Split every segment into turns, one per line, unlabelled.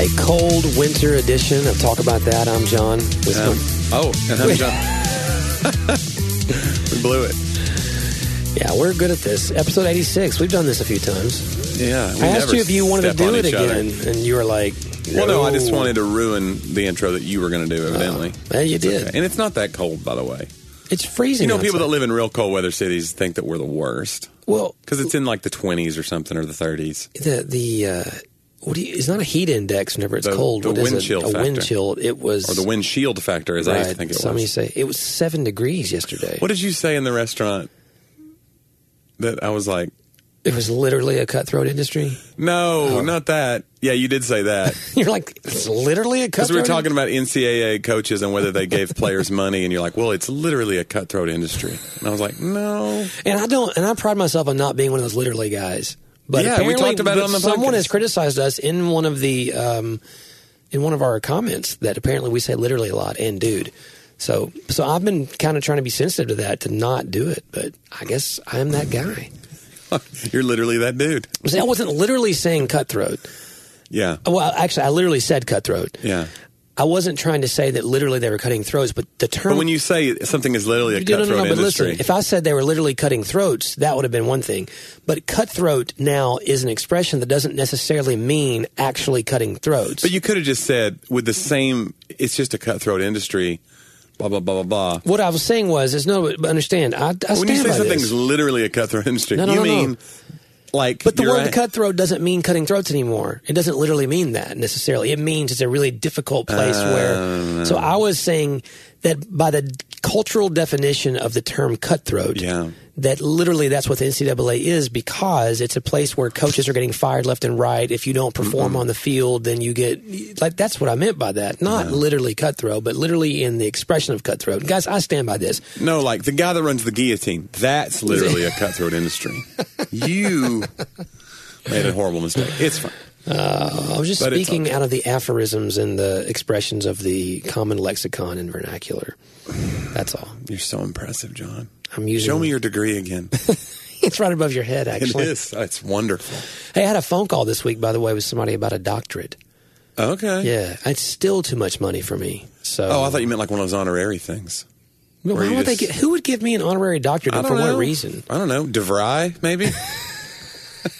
A cold winter edition of Talk About That. I'm John. With
Um, oh, and I'm John. we blew it.
yeah, we're good at this. Episode 86. We've done this a few times.
Yeah.
I asked you if you wanted to do it again, and you were like,
Well, no, I just wanted to ruin the intro that you were going to do, evidently.
Well, you
It's
Oh, did.
okay. And it's not that cold, by the way.
It's freezing.
You know, people that live in real cold weather cities think that we're the worst
well,
because it's in like the 20s or something or the 30s.
the the uh, what do you? It's not a heat index. Whenever it's
The-
cold,
the
What is
wind
it?
chill
a wind
factor.
chill. It was
Or the windshield factor, as I used to
right,
think it
some
was.
you say it was seven degrees yesterday.
What did you say in the restaurant that I was like,
It was literally a cutthroat industry. Oh.
no, not that? Yeah, you did say that.
You're like, it's literally a
Because we
cutthroat.
were talking about NCAA coaches and whether they gave players money, and you're like, well, it's literally a cutthroat industry. And I was like, no.
And I don't, and I pride myself on not being one of those literally guys. But
Yeah, we
apparently,
talked about it
but
on the
someone
podcast.
has criticized us in one of the um, in one of our comments that apparently we say literally a lot and dude. So, so I've been kind of trying to be sensitive to that to not do it. But I guess I'm that guy.
You're literally that dude.
I'm saying I wasn't literally saying cutthroat.
Yeah.
Well, actually, I literally said cutthroat.
Yeah.
I wasn't trying to say that literally they were cutting throats, but the term
But when you say something is literally a
No, no,
cutthroat
no, no, but
industry,
listen, if I said they were literally cutting throats, that would have been one thing. But cutthroat now is an expression that doesn't necessarily mean actually cutting throats.
but you could have just said with the same, it's just a cutthroat industry, blah, blah, blah, blah, blah.
what I was saying was, is no, but understand, I, I stand
When you say
by
something
this.
is literally a cutthroat industry,
No, no,
you
no, no.
mean like.
But the
you're
word
a-
cutthroat doesn't mean cutting throats anymore. It doesn't literally mean that necessarily. It means it's a really difficult place
Uh,
where. So I was saying that by the cultural definition of the term cutthroat,
Yeah.
that literally that's what the NCAA is because it's a place where coaches are getting fired left and right. If you don't perform on the field, then you get. Like, that's what I meant by that. Not literally cutthroat, but literally in the expression of cutthroat. Guys, I stand by this.
No, like the guy that runs the guillotine. That's literally a cutthroat industry. You made a horrible mistake. It's fine.
I was just
But it's
speaking out of the aphorisms and the expressions of the common lexicon and vernacular. That's all.
You're so impressive, John.
I'm using.
Show me your degree again.
It's right above your head,
it
actually.
is. It's wonderful.
Hey, I had a phone call this week, by the way, with somebody about a doctorate.
Okay.
Yeah, it's still too much money for me. So,
Oh, I thought you meant like one of those honorary things.
But
were
why
you
would they
just-
get? Who would give me an honorary doctorate?
I
and
don't
For
know.
what reason?
I don't know. DeVry, maybe?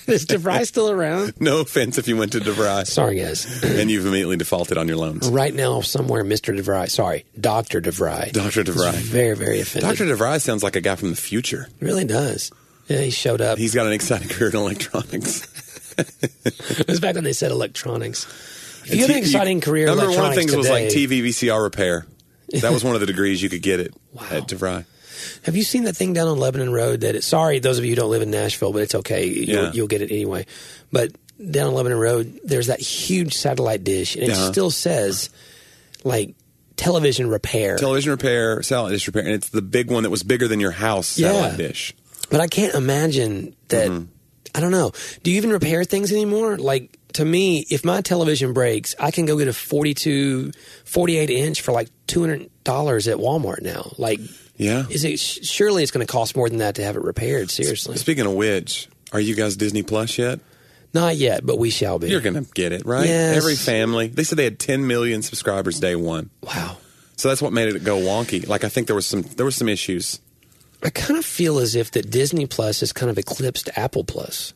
Is DeVry still around?
no offense if you went to DeVry
Sorry, guys.
and you've immediately defaulted on your loans.
Right now, somewhere, Mister DeVry. Sorry, Doctor DeVry.
Dr. DeVry.
very, very offended.
Dr. DeVry sounds like a guy from the future.
really does. Yeah, he showed up.
He's got an exciting career in electronics.
It was back when they said electronics. If you
And
have an
T-
exciting career, in
Number one
electronics
things was like
today-
TV VCR repair. That was one of the degrees you could get it at DeVry.
Have you seen that thing down on Lebanon Road? That it, sorry, those of you who don't live in Nashville, but it's okay. You'll,
Yeah.
you'll get it anyway. But down on Lebanon Road, there's that huge satellite dish, and it
Uh-huh.
still says like television repair.
Television repair, satellite dish repair, and it's the big one that was bigger than your house satellite
Yeah.
dish.
but I can't imagine that.
Mm-hmm.
I don't know. Do you even repair things anymore? Like to me, if my television breaks, I can go get a 42, 48 inch for like two hundred dollars at Walmart now. Like.
Yeah.
Is it surely it's going to cost more than that to have it repaired? Seriously,
Speaking of which, are you guys Disney Plus yet?
not yet, but we shall be.
You're going to get it, right?
Yes.
Every family. They said they had 10 million subscribers day one.
wow,
So that's what made it go wonky. Like I think there was some there was some issues.
I kind of feel as if that Disney Plus has kind of eclipsed Apple Plus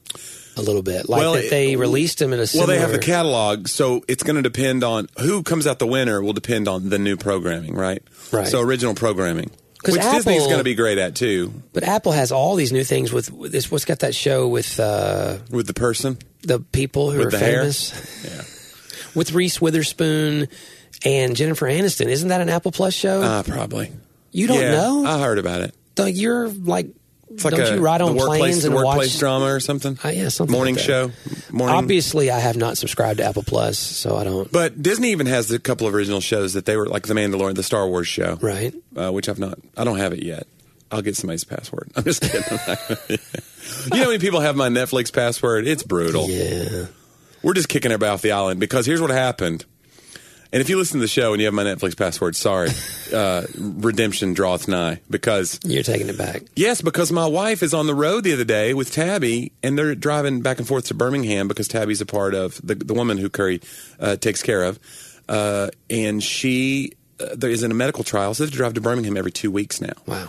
a little bit. Like
Well,
that they released them in a
Well,
similar.
they have the catalog, so it's going to depend on who comes out the winner will depend on the new programming, right?
Right.
So original programming,
'Cause
which Disney's
Apple-
going to be great at too,
but Apple has all these new things with with this. What's got that show with uh,
with the person.
the people who
With
are
the hair?
famous
Yeah.
with Reese Witherspoon and Jennifer Aniston? Isn't that an Apple Plus show?
Ah, probably.
you don't
yeah,
know?
I heard about it.
like you're like.
It's like
don't
a,
you ride on
the workplace,
planes
the
and
workplace
watch?
drama or something?
Uh, yeah, something
morning
like that.
show, morning.
Obviously, I have not subscribed to Apple Plus, so I don't.
But Disney even has a couple of original shows that they were like the Mandalorian, the Star Wars show,
Right.
Uh, which I've not, I don't have it yet. I'll get somebody's password. I'm just kidding. you know how many people have my Netflix password? It's brutal.
Yeah.
We're just kicking everybody off the island because here's what happened. And if you listen to the show and you have my Netflix password, sorry, uh, redemption draweth nigh. Because
You're taking it back.
yes, because my wife is on the road the other day with Tabby, and they're driving back and forth to Birmingham because Tabby's a part of the the woman who Curry uh, takes care of, uh, and she uh, there is in a medical trial, so they have to drive to Birmingham every two weeks now.
Wow.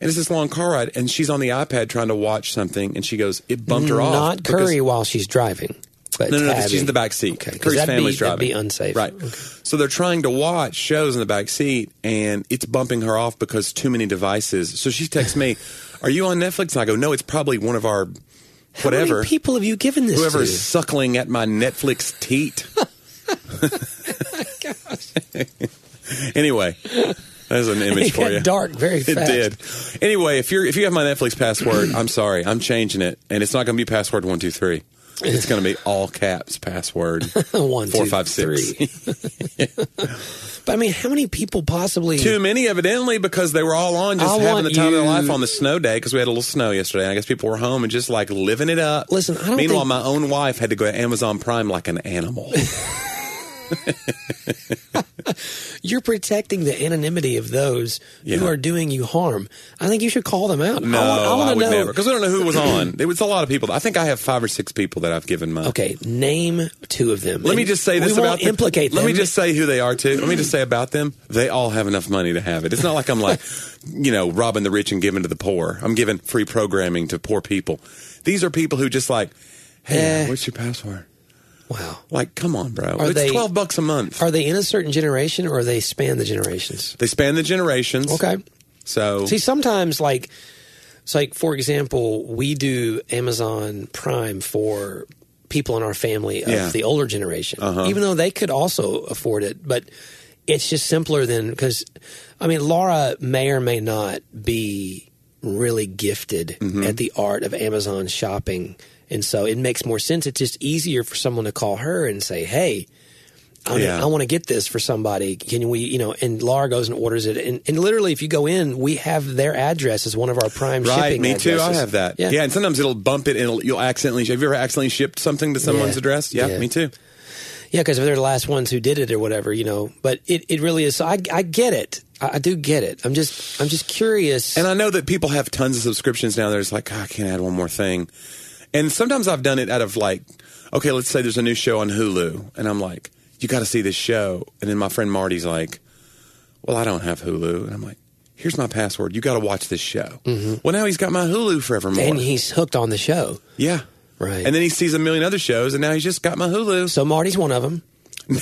And it's this long car ride, and she's on the iPad trying to watch something, and she goes, "It bumped her off."
Mm, Not
because-
Curry while she's driving. But
no, no, no.
Tabby.
She's in the back seat.
Okay, 'cause
Curry's
that'd be-
family's
that'd
driving.
be unsafe.
Right. So they're trying to watch shows in the back seat, and it's bumping her off because too many devices. So she texts me, "Are you on Netflix?" And I go, "No, it's probably one of our
How
whatever
many people have you Oh given this
whoever's
to?
suckling at my Netflix teat." anyway, there's an image
It
for
got
you.
dark very
It
fast.
did. Anyway, if you're if you have my Netflix password, I'm sorry, I'm changing it, and it's not going to be password one two three. It's going to be all caps password
One,
four
two,
five six.
three. But I mean, how many people possibly?
Too many, evidently, because they were all on just
I
having
want
the time of their
you-
life on the snow day because we had a little snow yesterday. And I guess people were home and just like living it up.
Listen, I don't
meanwhile,
think-
my own wife had to go to Amazon Prime like an animal.
You're protecting the anonymity of those
Yeah.
who are doing you harm. I think you should call them out.
No,
I, want, I, want to
would
know.
never because I don't know who was on. There was a lot of people. I think I have five or six people that I've given my.
Okay, name two of them.
Let me
And
just say this
we
about
won't implicate
them.
them.
Let me just say who they are too. Let me just say about them. They all have enough money to have it. It's not like I'm like, you know, robbing the rich and giving to the poor. I'm giving free programming to poor people. These are people who just like, hey,
Eh.
what's your password?
Wow.
Like, come on, bro.
Are
it's
they-
twelve bucks a month.
Are they in a certain generation or they span the generations?
they span the generations.
Okay.
So
See, sometimes like it's like for example, we do Amazon Prime for people in our family of
Yeah. Uh-huh.
the older generation, even though they could also afford it, but it's just simpler than because I mean Laura may or may not be really gifted
Mm-hmm.
at the art of Amazon shopping. And so it makes more sense. It's just easier for someone to call her and say, "Hey, I, mean,
Yeah.
I want to get this for somebody. Can we, you know, and Laura goes and orders it. And, and literally, if you go in, we have their address as one of our prime
Right,
shipping
me too. I
addresses.
have that.
Yeah.
Yeah. and sometimes it'll bump it and it'll, you'll accidentally. Have you ever accidentally shipped something to someone's
Yeah.
address? Yeah,
Yeah.
me too.
Yeah, because they're the last ones who did it or whatever, you know. But it, it really is. So I, I get it. I, I do get it. I'm just, I'm just curious.
And I know that people have tons of subscriptions now. There's like, "Ah, I can't add one more thing. And sometimes I've done it out of like, okay, let's say there's a new show on Hulu, and I'm like, you got to see this show. And then my friend Marty's like, well, I don't have Hulu, and I'm like, here's my password. You got to watch this show. Well, now he's got my Hulu forevermore.
and he's hooked on the show.
yeah,
Right.
And then he sees a million other shows, and now he's just got my Hulu.
So Marty's one of them.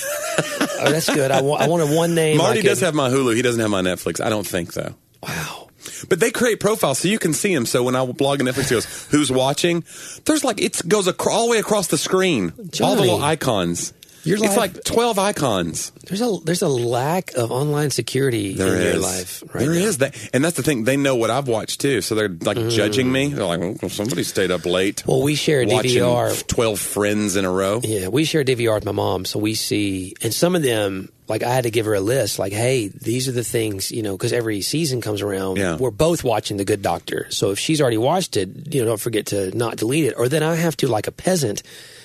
oh, that's good. I want, I want a one name. I
Marty does
could-
have my Hulu. He doesn't have my Netflix. I don't think though.
Wow.
But they create profiles so you can see them. So when I blog on Netflix, it goes, "Who's watching?" There's like it goes ac- all the way across the screen, all the
Johnny.
little icons.
Your
it's
life-
like twelve icons.
There's a, there's a lack of online security
There
in your
is.
life. Right
There
now.
is that, and that's the thing. They know what I've watched too, so they're like judging me. They're like, well, "Somebody stayed up late."
Well, we share a
watching
DVR.
twelve friends in a row.
Yeah, we share DVR with my mom, so we see, and some of them, like I had to give her a list, like, hey, these are the things, you know, because every season comes around,
Yeah.
we're both watching The Good Doctor. So if she's already watched it, you know, don't forget to not delete it. Or then I have to, like a peasant,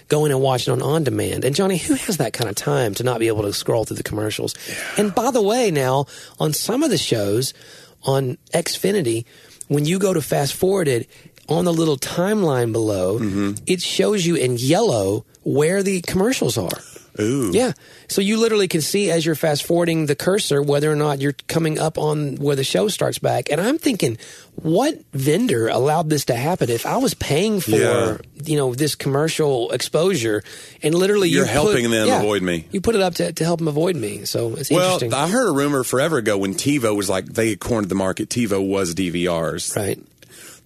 go in and watch it on on demand. And Johnny, who has that kind of time to not be able to scroll through the commercials? And by the way, now on some of the shows on Xfinity, when you go to fast forward it, on the little timeline below, it shows you in yellow where the commercials are.
Ooh,
Yeah. So you literally can see as you're fast forwarding the cursor whether or not you're coming up on where the show starts back. And I'm thinking, what vendor allowed this to happen? If I was paying for,
Yeah.
you know, this commercial exposure and literally
You're
you put-
helping them
yeah,
avoid me.
You put it up to, to help them avoid me. So it's
Well,
interesting.
I heard a rumor forever ago when TiVo was like they had cornered the market. TiVo was DVRs.
right.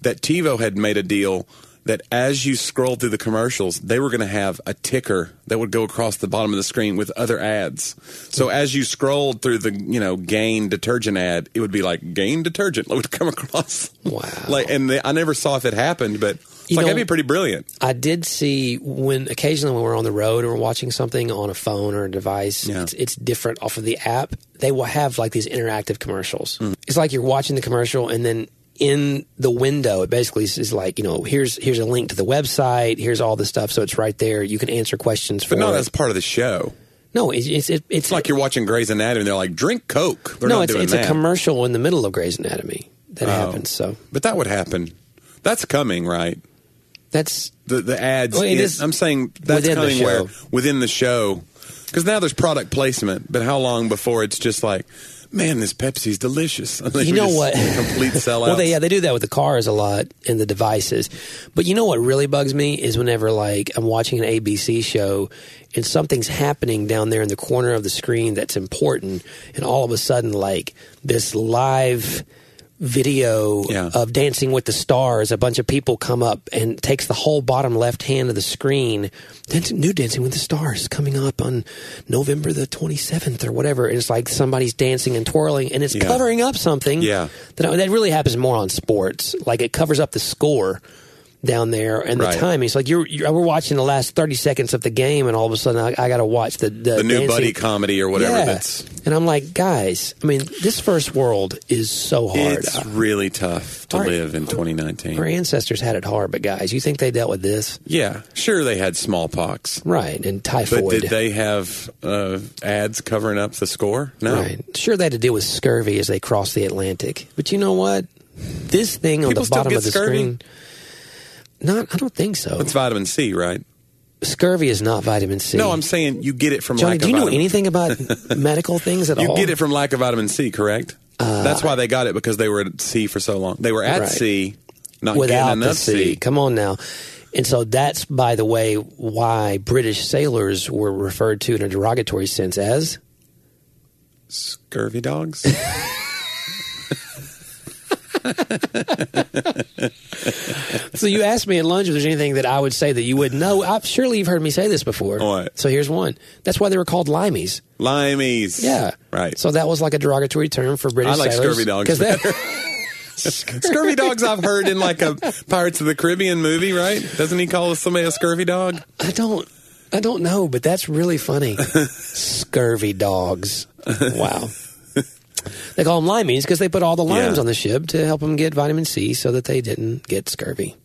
that TiVo had made a deal that as you scroll through the commercials, they were going to have a ticker that would go across the bottom of the screen with other ads. So
Hmm.
as you scrolled through the, you know, Gain detergent ad, it would be like Gain detergent it would come across.
Wow.
Like, and they, I never saw if it happened, but it's
You
like
know-
that'd be pretty brilliant.
I did see when occasionally when we're on the road or we're watching something on a phone or a device,
Yeah.
it's, it's different off of the app. They will have like these interactive commercials.
Hmm.
It's like you're watching the commercial and then in the window, it basically is- is like you know here's here's a link to the website, here's all the stuff, so it's right there. You can answer questions for
But not
it.
as part of the show.
No, it's it's it, it's
It's like you're watching Grey's Anatomy. They're like, drink Coke. They're
no,
not
it's
doing
it's
that. Oh.
a commercial in the middle of Grey's Anatomy that happens. So
But that would happen. That's coming, right?
that's
The the ads.
Well, it
in-
is
I'm saying that's
within the
coming
show.
where within the show, because now there's product placement. But how long before it's just like, man, this Pepsi's delicious. Unless
You
we
know
just
what?
Complete sellout.
Well, they, yeah, they do that with the cars a lot and the devices. But you know what really bugs me is whenever like I'm watching an ABC show and something's happening down there in the corner of the screen that's important, and all of a sudden like this live video
Yeah.
of Dancing with the Stars, a bunch of people come up and takes the whole bottom left hand of the screen. Dancing, new Dancing with the Stars coming up on November the 27th or whatever. And it's like somebody's dancing and twirling, and it's
Yeah.
covering up something
Yeah.
that, that really happens more on sports. Like it covers up the score down there and
Right.
the timing. It's like you're, you're we're watching the last thirty seconds of the game, and all of a sudden I, I got to watch the the,
the new
dancing.
buddy comedy or whatever.
Yeah.
That's
and I'm like, guys, I mean, this first world is so hard.
it's really tough to
Our-
live in 2019.
Our ancestors had it hard, but guys, you think they dealt with this?
Yeah, sure they had smallpox,
Right, and
but
typhoid.
did they have uh, ads covering up the score? No.
Right. Sure, they had to deal with scurvy as they crossed the Atlantic. But you know what? This thing on
People
the
still
bottom
get
of the
scurvy?
screen. Not, I don't think so.
It's vitamin C, right?
scurvy is not vitamin C.
No, I'm saying you get it from
Johnny,
lack
do
of
you know
vitamin.
anything about medical things at
You
all?
get it from lack of vitamin C, correct? That's why they got it because they were at C for so long. They were at
Uh, Right.
C, not
without
getting
the
enough
sea. Come on now. And so that's, by the way, why British sailors were referred to in a derogatory sense as.
Scurvy dogs.
So you asked me at lunch if there's anything that I would say that you would know. I, surely you've heard me say this before.
What?
So here's one. That's why they were called limeys.
Limeys.
Yeah.
Right.
So that was like a derogatory term for British
I like
sailors.
scurvy dogs
'Cause that-
scurvy dogs I've heard in like a Pirates of the Caribbean movie, right? Doesn't he call somebody a scurvy dog?
I don't. I don't know, but that's really funny. Scurvy dogs. Wow. they call them limeys because they put all the limes
Yeah.
on the ship to help them get vitamin C so that they didn't get scurvy.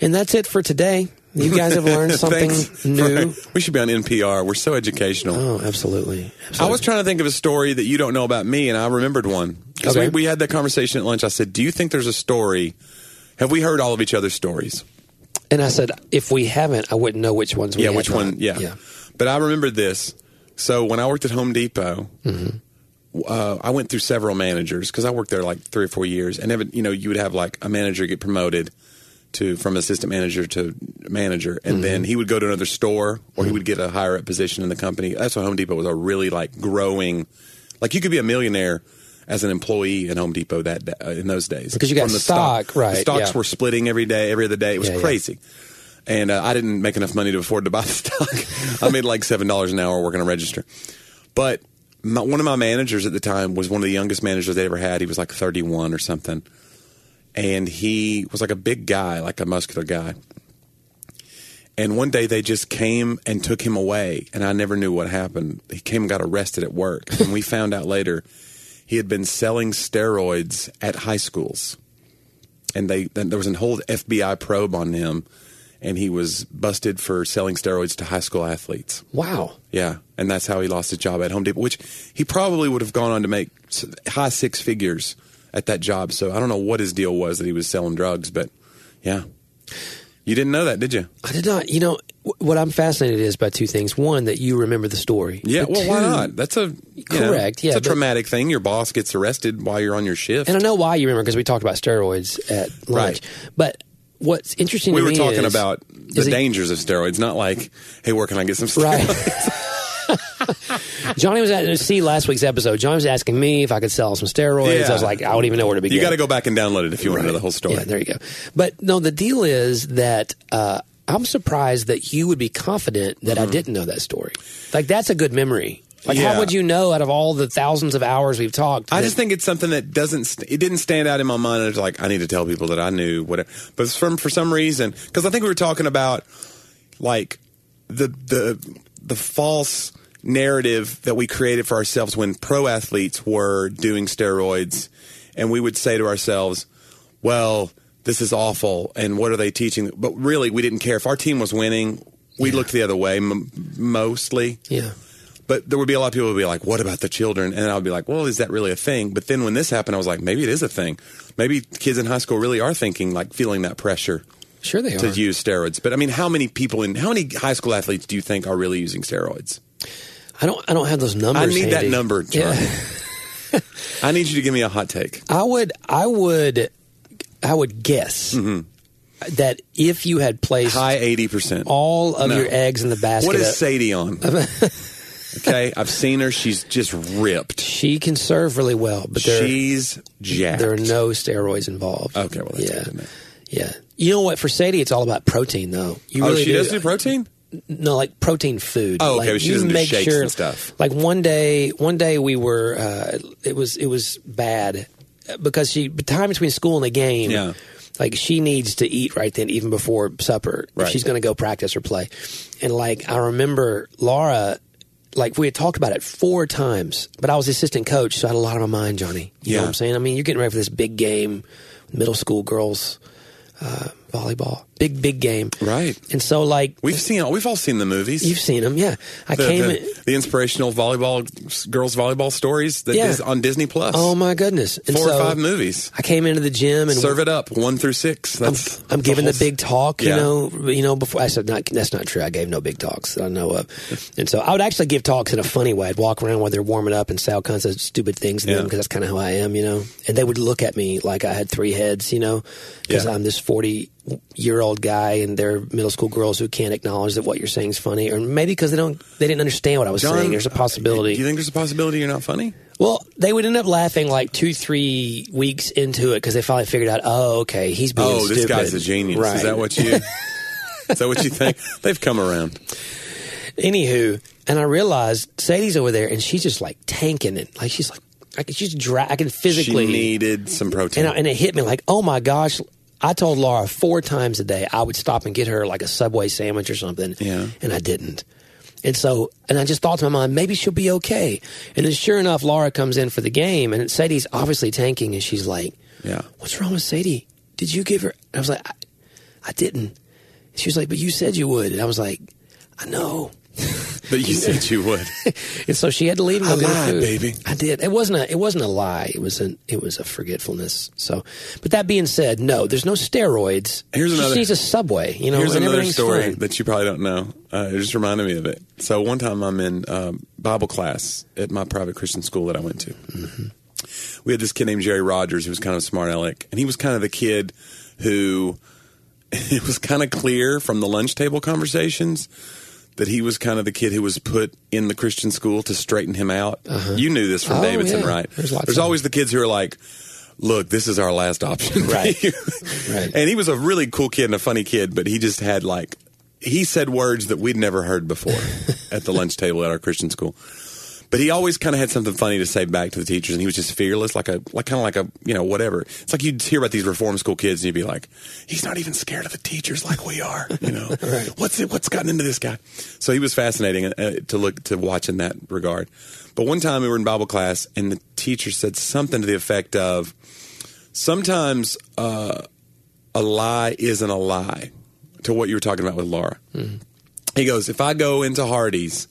And that's it for today. You guys have learned something
Thanks for-
new.
we should be on NPR. We're so educational.
Oh, absolutely.
I
Absolutely.
was trying to think of a story that you don't know about me, and I remembered one. 'Cause
Okay.
we, we had that conversation at lunch. I said, Do you think there's a story? Have we heard all of each other's stories?
and I said, if we haven't, I wouldn't know which ones we
Yeah,
have
which
not.
one? Yeah.
Yeah.
But I remembered this. So when I worked at Home Depot,
Mm-hmm.
uh, I went through several managers because I worked there like three or four years, and every, you know you would have like a manager get promoted to from assistant manager to manager, and
Mm-hmm.
then he would go to another store or he would get a higher up position in the company. That's why Home Depot was a really like growing, like you could be a millionaire. As an employee at Home Depot that da- uh, in those days,
Because you got
From
stock, right,
The stocks
yeah.
were splitting every day, every other day. It was
Yeah, yeah.
crazy and uh, I didn't make enough money to afford to buy the stock. I made like seven dollars an hour working a register. But my, one of my managers at the time was one of the youngest managers they ever had. He was like thirty-one or something, and he was like a big guy, like a muscular guy. And one day they just came and took him away, and I never knew what happened. He came and got arrested at work, and we found out later he had been selling steroids at high schools and they then there was an whole FBI probe on him, and he was busted for selling steroids to high school athletes.
Wow.
Yeah, and that's how he lost his job at Home Depot, which he probably would have gone on to make s- high six figures at that job. So I don't know what his deal was that he was selling drugs, but yeah, you didn't know that, did you?
I did not. You know, wh- what I'm fascinated is by two things. One, that you remember the story.
Yeah,
But
well, why
two-
not? That's a you know,
Correct, yeah,
it's a
but-
traumatic thing. Your boss gets arrested while you're on your shift.
And I know why you remember because we talked about steroids at lunch.
Right.
But what's interesting
we
to
were
me
talking
is-
about
is
the
it-
dangers of steroids, not like, hey, where can I get some steroids?
Right. Johnny was at see last week's episode. Johnny was asking me if I could sell some steroids.
Yeah.
I was like, I don't even know where to begin.
You got to go back and download it if you want to know the whole story.
Yeah, there you go. But no, the deal is that uh, I'm surprised that you would be confident that I didn't know that story. Like that's a good memory. Like
Mm-hmm. Yeah.
how would you know out of all the thousands of hours we've talked?
I
that-
just think it's something that doesn't st- it didn't stand out in my mind. It's like I need to tell people that I knew whatever. But it's from for some reason, because I think we were talking about like the the the false narrative that we created for ourselves when pro athletes were doing steroids, and we would say to ourselves, "Well, this is awful," and what are they teaching? But really, we didn't care if our team was winning. We looked the other way m- mostly.
yeah.
But there would be a lot of people who would be like, what about the children? And I would be like, well, is that really a thing? But then when this happened, I was like, maybe it is a thing. Maybe kids in high school really are thinking, like, feeling that pressure
Sure, they are.
to use steroids. But I mean, how many people in, how many high school athletes do you think are really using steroids?
I don't. I don't have those numbers.
I need that
handy.
number, John. I need you to give me a hot take.
I would. I would. I would guess
Mm-hmm.
that if you had placed
High 80%.
all of
No.
your eggs in the basket, uh,
What
of-
is Sadie on? okay, I've seen her. She's just ripped.
she can serve really well, but there,
She's jacked.
there are no steroids involved.
okay, well, that's good.
yeah,
isn't it?
yeah. You know what? For Sadie, it's all about protein, though. You
Oh,
really
she
do.
does do protein?
no, like protein food.
Oh, okay,
Like,
but she
you
doesn't do
make
shakes
sure,
and stuff.
Like one day, one day we were. Uh, it was it was bad because she the time between school and the game.
Yeah.
Like she needs to eat right then, even before supper. if
Right.
She's going to go practice or play. And like I remember Laura. Like we had talked about it four times, but I was the assistant coach, so I had a lot on my mind, Johnny. You know
Yeah.
what I'm saying? I mean, you're getting ready for this big game, middle school girls uh, volleyball, big big game,
Right.
And so like
We've seen. We've all seen the movies.
You've seen them, yeah. I
the,
came. in,
the, the inspirational volleyball girls volleyball stories that
Yeah.
is on Disney Plus.
oh my goodness! And
Four
so
or five movies.
I came into the gym and
Serve it up one through six. That's
I'm
that's
giving
a
the
whole-
big talk. You
Yeah.
know, you know. Before I said not, that's not true. I gave no big talks that I know of. And so I would actually give talks in a funny way. I'd walk around while they're warming up and say all kinds of stupid things to them
Yeah.
because that's kind of how I am, you know. And they would look at me like I had three heads, you know, because
Yeah.
I'm this 40 year old guy and they're middle school girls who can't acknowledge that what you're saying is funny, or maybe because they don't they didn't understand what I was
John,
saying. There's a possibility.
Do you think there's a possibility you're not funny?
Well, they would end up laughing like two, three weeks into it because they finally figured out, oh, okay, he's being
Oh, this
stupid.
guy's a genius.
Right.
Is that what you? is that what you think? They've come around.
Anywho, and I realized Sadie's over there, and she's just like tanking it. Like she's like, I can, she's dry. I can physically.
She needed some protein.
and, I, and it hit me like, oh my gosh. I told Laura four times a day I would stop and get her like a Subway sandwich or something.
Yeah.
And I didn't. And so, and I just thought to my mind, maybe she'll be okay. And then sure enough, Laura comes in for the game, and Sadie's obviously tanking, and she's like,
yeah.
what's wrong with Sadie? Did you give her? And I was like, I, I didn't. She was like, but you said you would. And I was like, I know.
But you said you would.
And so she had to leave. And go
I
get her
lied,
food.
baby.
I did. It wasn't a. It wasn't a lie. It was an. It was a forgetfulness. So, but that being said, no, there's no steroids.
Here's
she
another-
just needs a subway. You know,
Here's
and
another
everything's
story
fine.
that you probably don't know. Uh, it just reminded me of it. So one time I'm in um, Bible class at my private Christian school that I went to. We had this kid named Jerry Rogers who was kind of a smart aleck, and he was kind of the kid who it was kind of clear from the lunch table conversations that he was kind of the kid who was put in the Christian school to straighten him out. You knew this from
Oh,
Davidson,
yeah.
right?
There's lots
There's
of-
always the kids who are like, "Look, this is our last option."
Right.
for you."
Right.
And he was a really cool kid and a funny kid, but he just had like he said words that we'd never heard before at the lunch table at our Christian school. But he always kind of had something funny to say back to the teachers, and he was just fearless, like a like kind of like a you know whatever. It's like you'd hear about these reform school kids, and you'd be like, he's not even scared of the teachers like we are. You know, what's it, what's gotten into this guy? So he was fascinating uh, to look to watch in that regard. But one time we were in Bible class, and the teacher said something to the effect of, sometimes uh, a lie isn't a lie to what you were talking about with Laura.
Mm-hmm.
He goes, if I go into Hardee's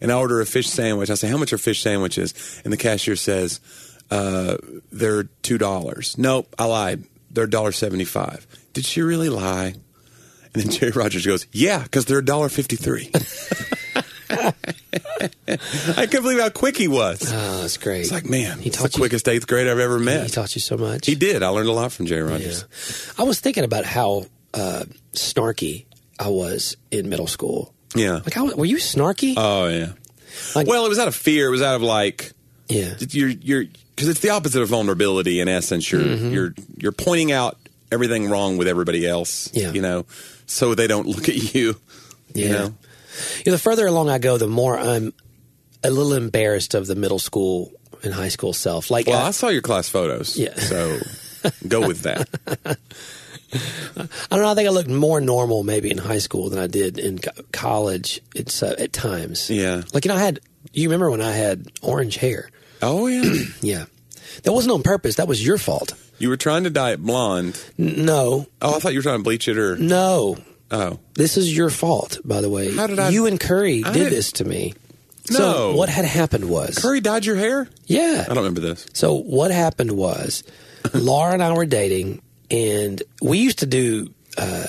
and I order a fish sandwich, I say, how much are fish sandwiches? And the cashier says, uh, they're $2. Nope, I lied. They're $1.75. Did she really lie? And then Jerry Rogers goes, yeah, because they're $1.53. I couldn't believe how quick he was.
Oh, that's great.
It's like, man,
he
he's the
taught you.
quickest eighth grader I've ever
He
met.
taught you so much.
He did. I learned a lot from Jerry Rogers.
I was thinking about how uh, snarky I was in middle school.
Yeah.
Like, how, were you snarky?
Oh yeah.
Like-
well, it was out of fear. It was out of like
yeah.
you're you're because it's the opposite of vulnerability. In essence, you're
Mm-hmm.
you're you're pointing out everything wrong with everybody else.
Yeah.
You know, so they don't look at you.
Yeah.
You know.
You know, the further along I go, the more I'm a little embarrassed of the middle school and high school self. Like,
Well, I saw your class photos.
Yeah.
So go with that.
I, I don't know. I think I looked more normal maybe in high school than I did in co- college. It's uh, at times.
Yeah.
Like, you know, I had. You remember when I had orange hair?
Oh yeah.
Yeah. That wasn't on purpose. That was your fault.
you were trying to dye it blonde.
N- no,
Oh, I thought you were trying to bleach it or
no.
oh.
This is your fault, by the way.
How did I-
You and Curry
I
did
didn't-
this to me. So
No.
what had happened was,
Curry dyed your hair?
yeah.
I don't remember this.
So what happened was, Laura and I were dating, and we used to do. Uh,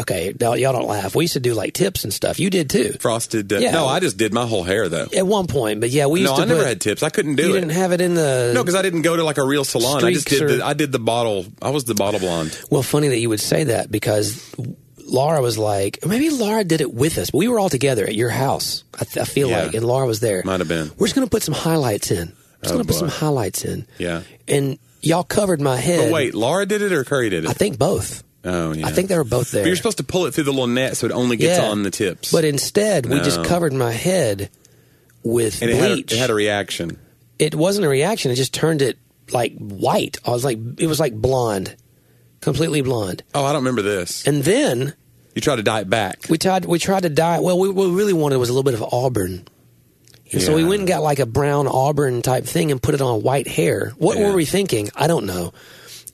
okay, now y'all don't laugh. We used to do like tips and stuff. You did too
Frosted. Uh,
Yeah.
No, I just did my whole hair though.
at one point, but yeah, we used
No,
to.
I never
put-
had tips. I couldn't do
you
it.
didn't have it in the.
No, because I didn't go to like a real salon. I just did.
Streaks or-
the, I did the bottle. I was the bottle blonde.
Well, funny that you would say that because Laura was like, maybe Laura did it with us. We were all together at your house, I, th- I feel
Yeah.
like, and Laura was there.
Might have been.
We're just going to put some highlights in. We're just
Oh,
going to put some
boy.
highlights in.
Yeah.
And y'all covered my head.
But wait, Laura did it or Curry did
I
it?
think both.
Oh, yeah.
I think they were both there.
But you're supposed to pull it through the little net so it only gets
Yeah.
on the tips.
But instead, we just
No.
covered my head with
and it had, a,
bleach.
it had a reaction.
it wasn't a reaction. It just turned it like white. I was like, it was like blonde, completely blonde.
Oh, I don't remember this.
And then
You try to dye it back.
We tried. We tried to dye. Well, we, what we really wanted was a little bit of auburn, and so we
Yeah.
went and got like a brown auburn type thing and put it on white hair. What
Yeah.
were we thinking? I don't know.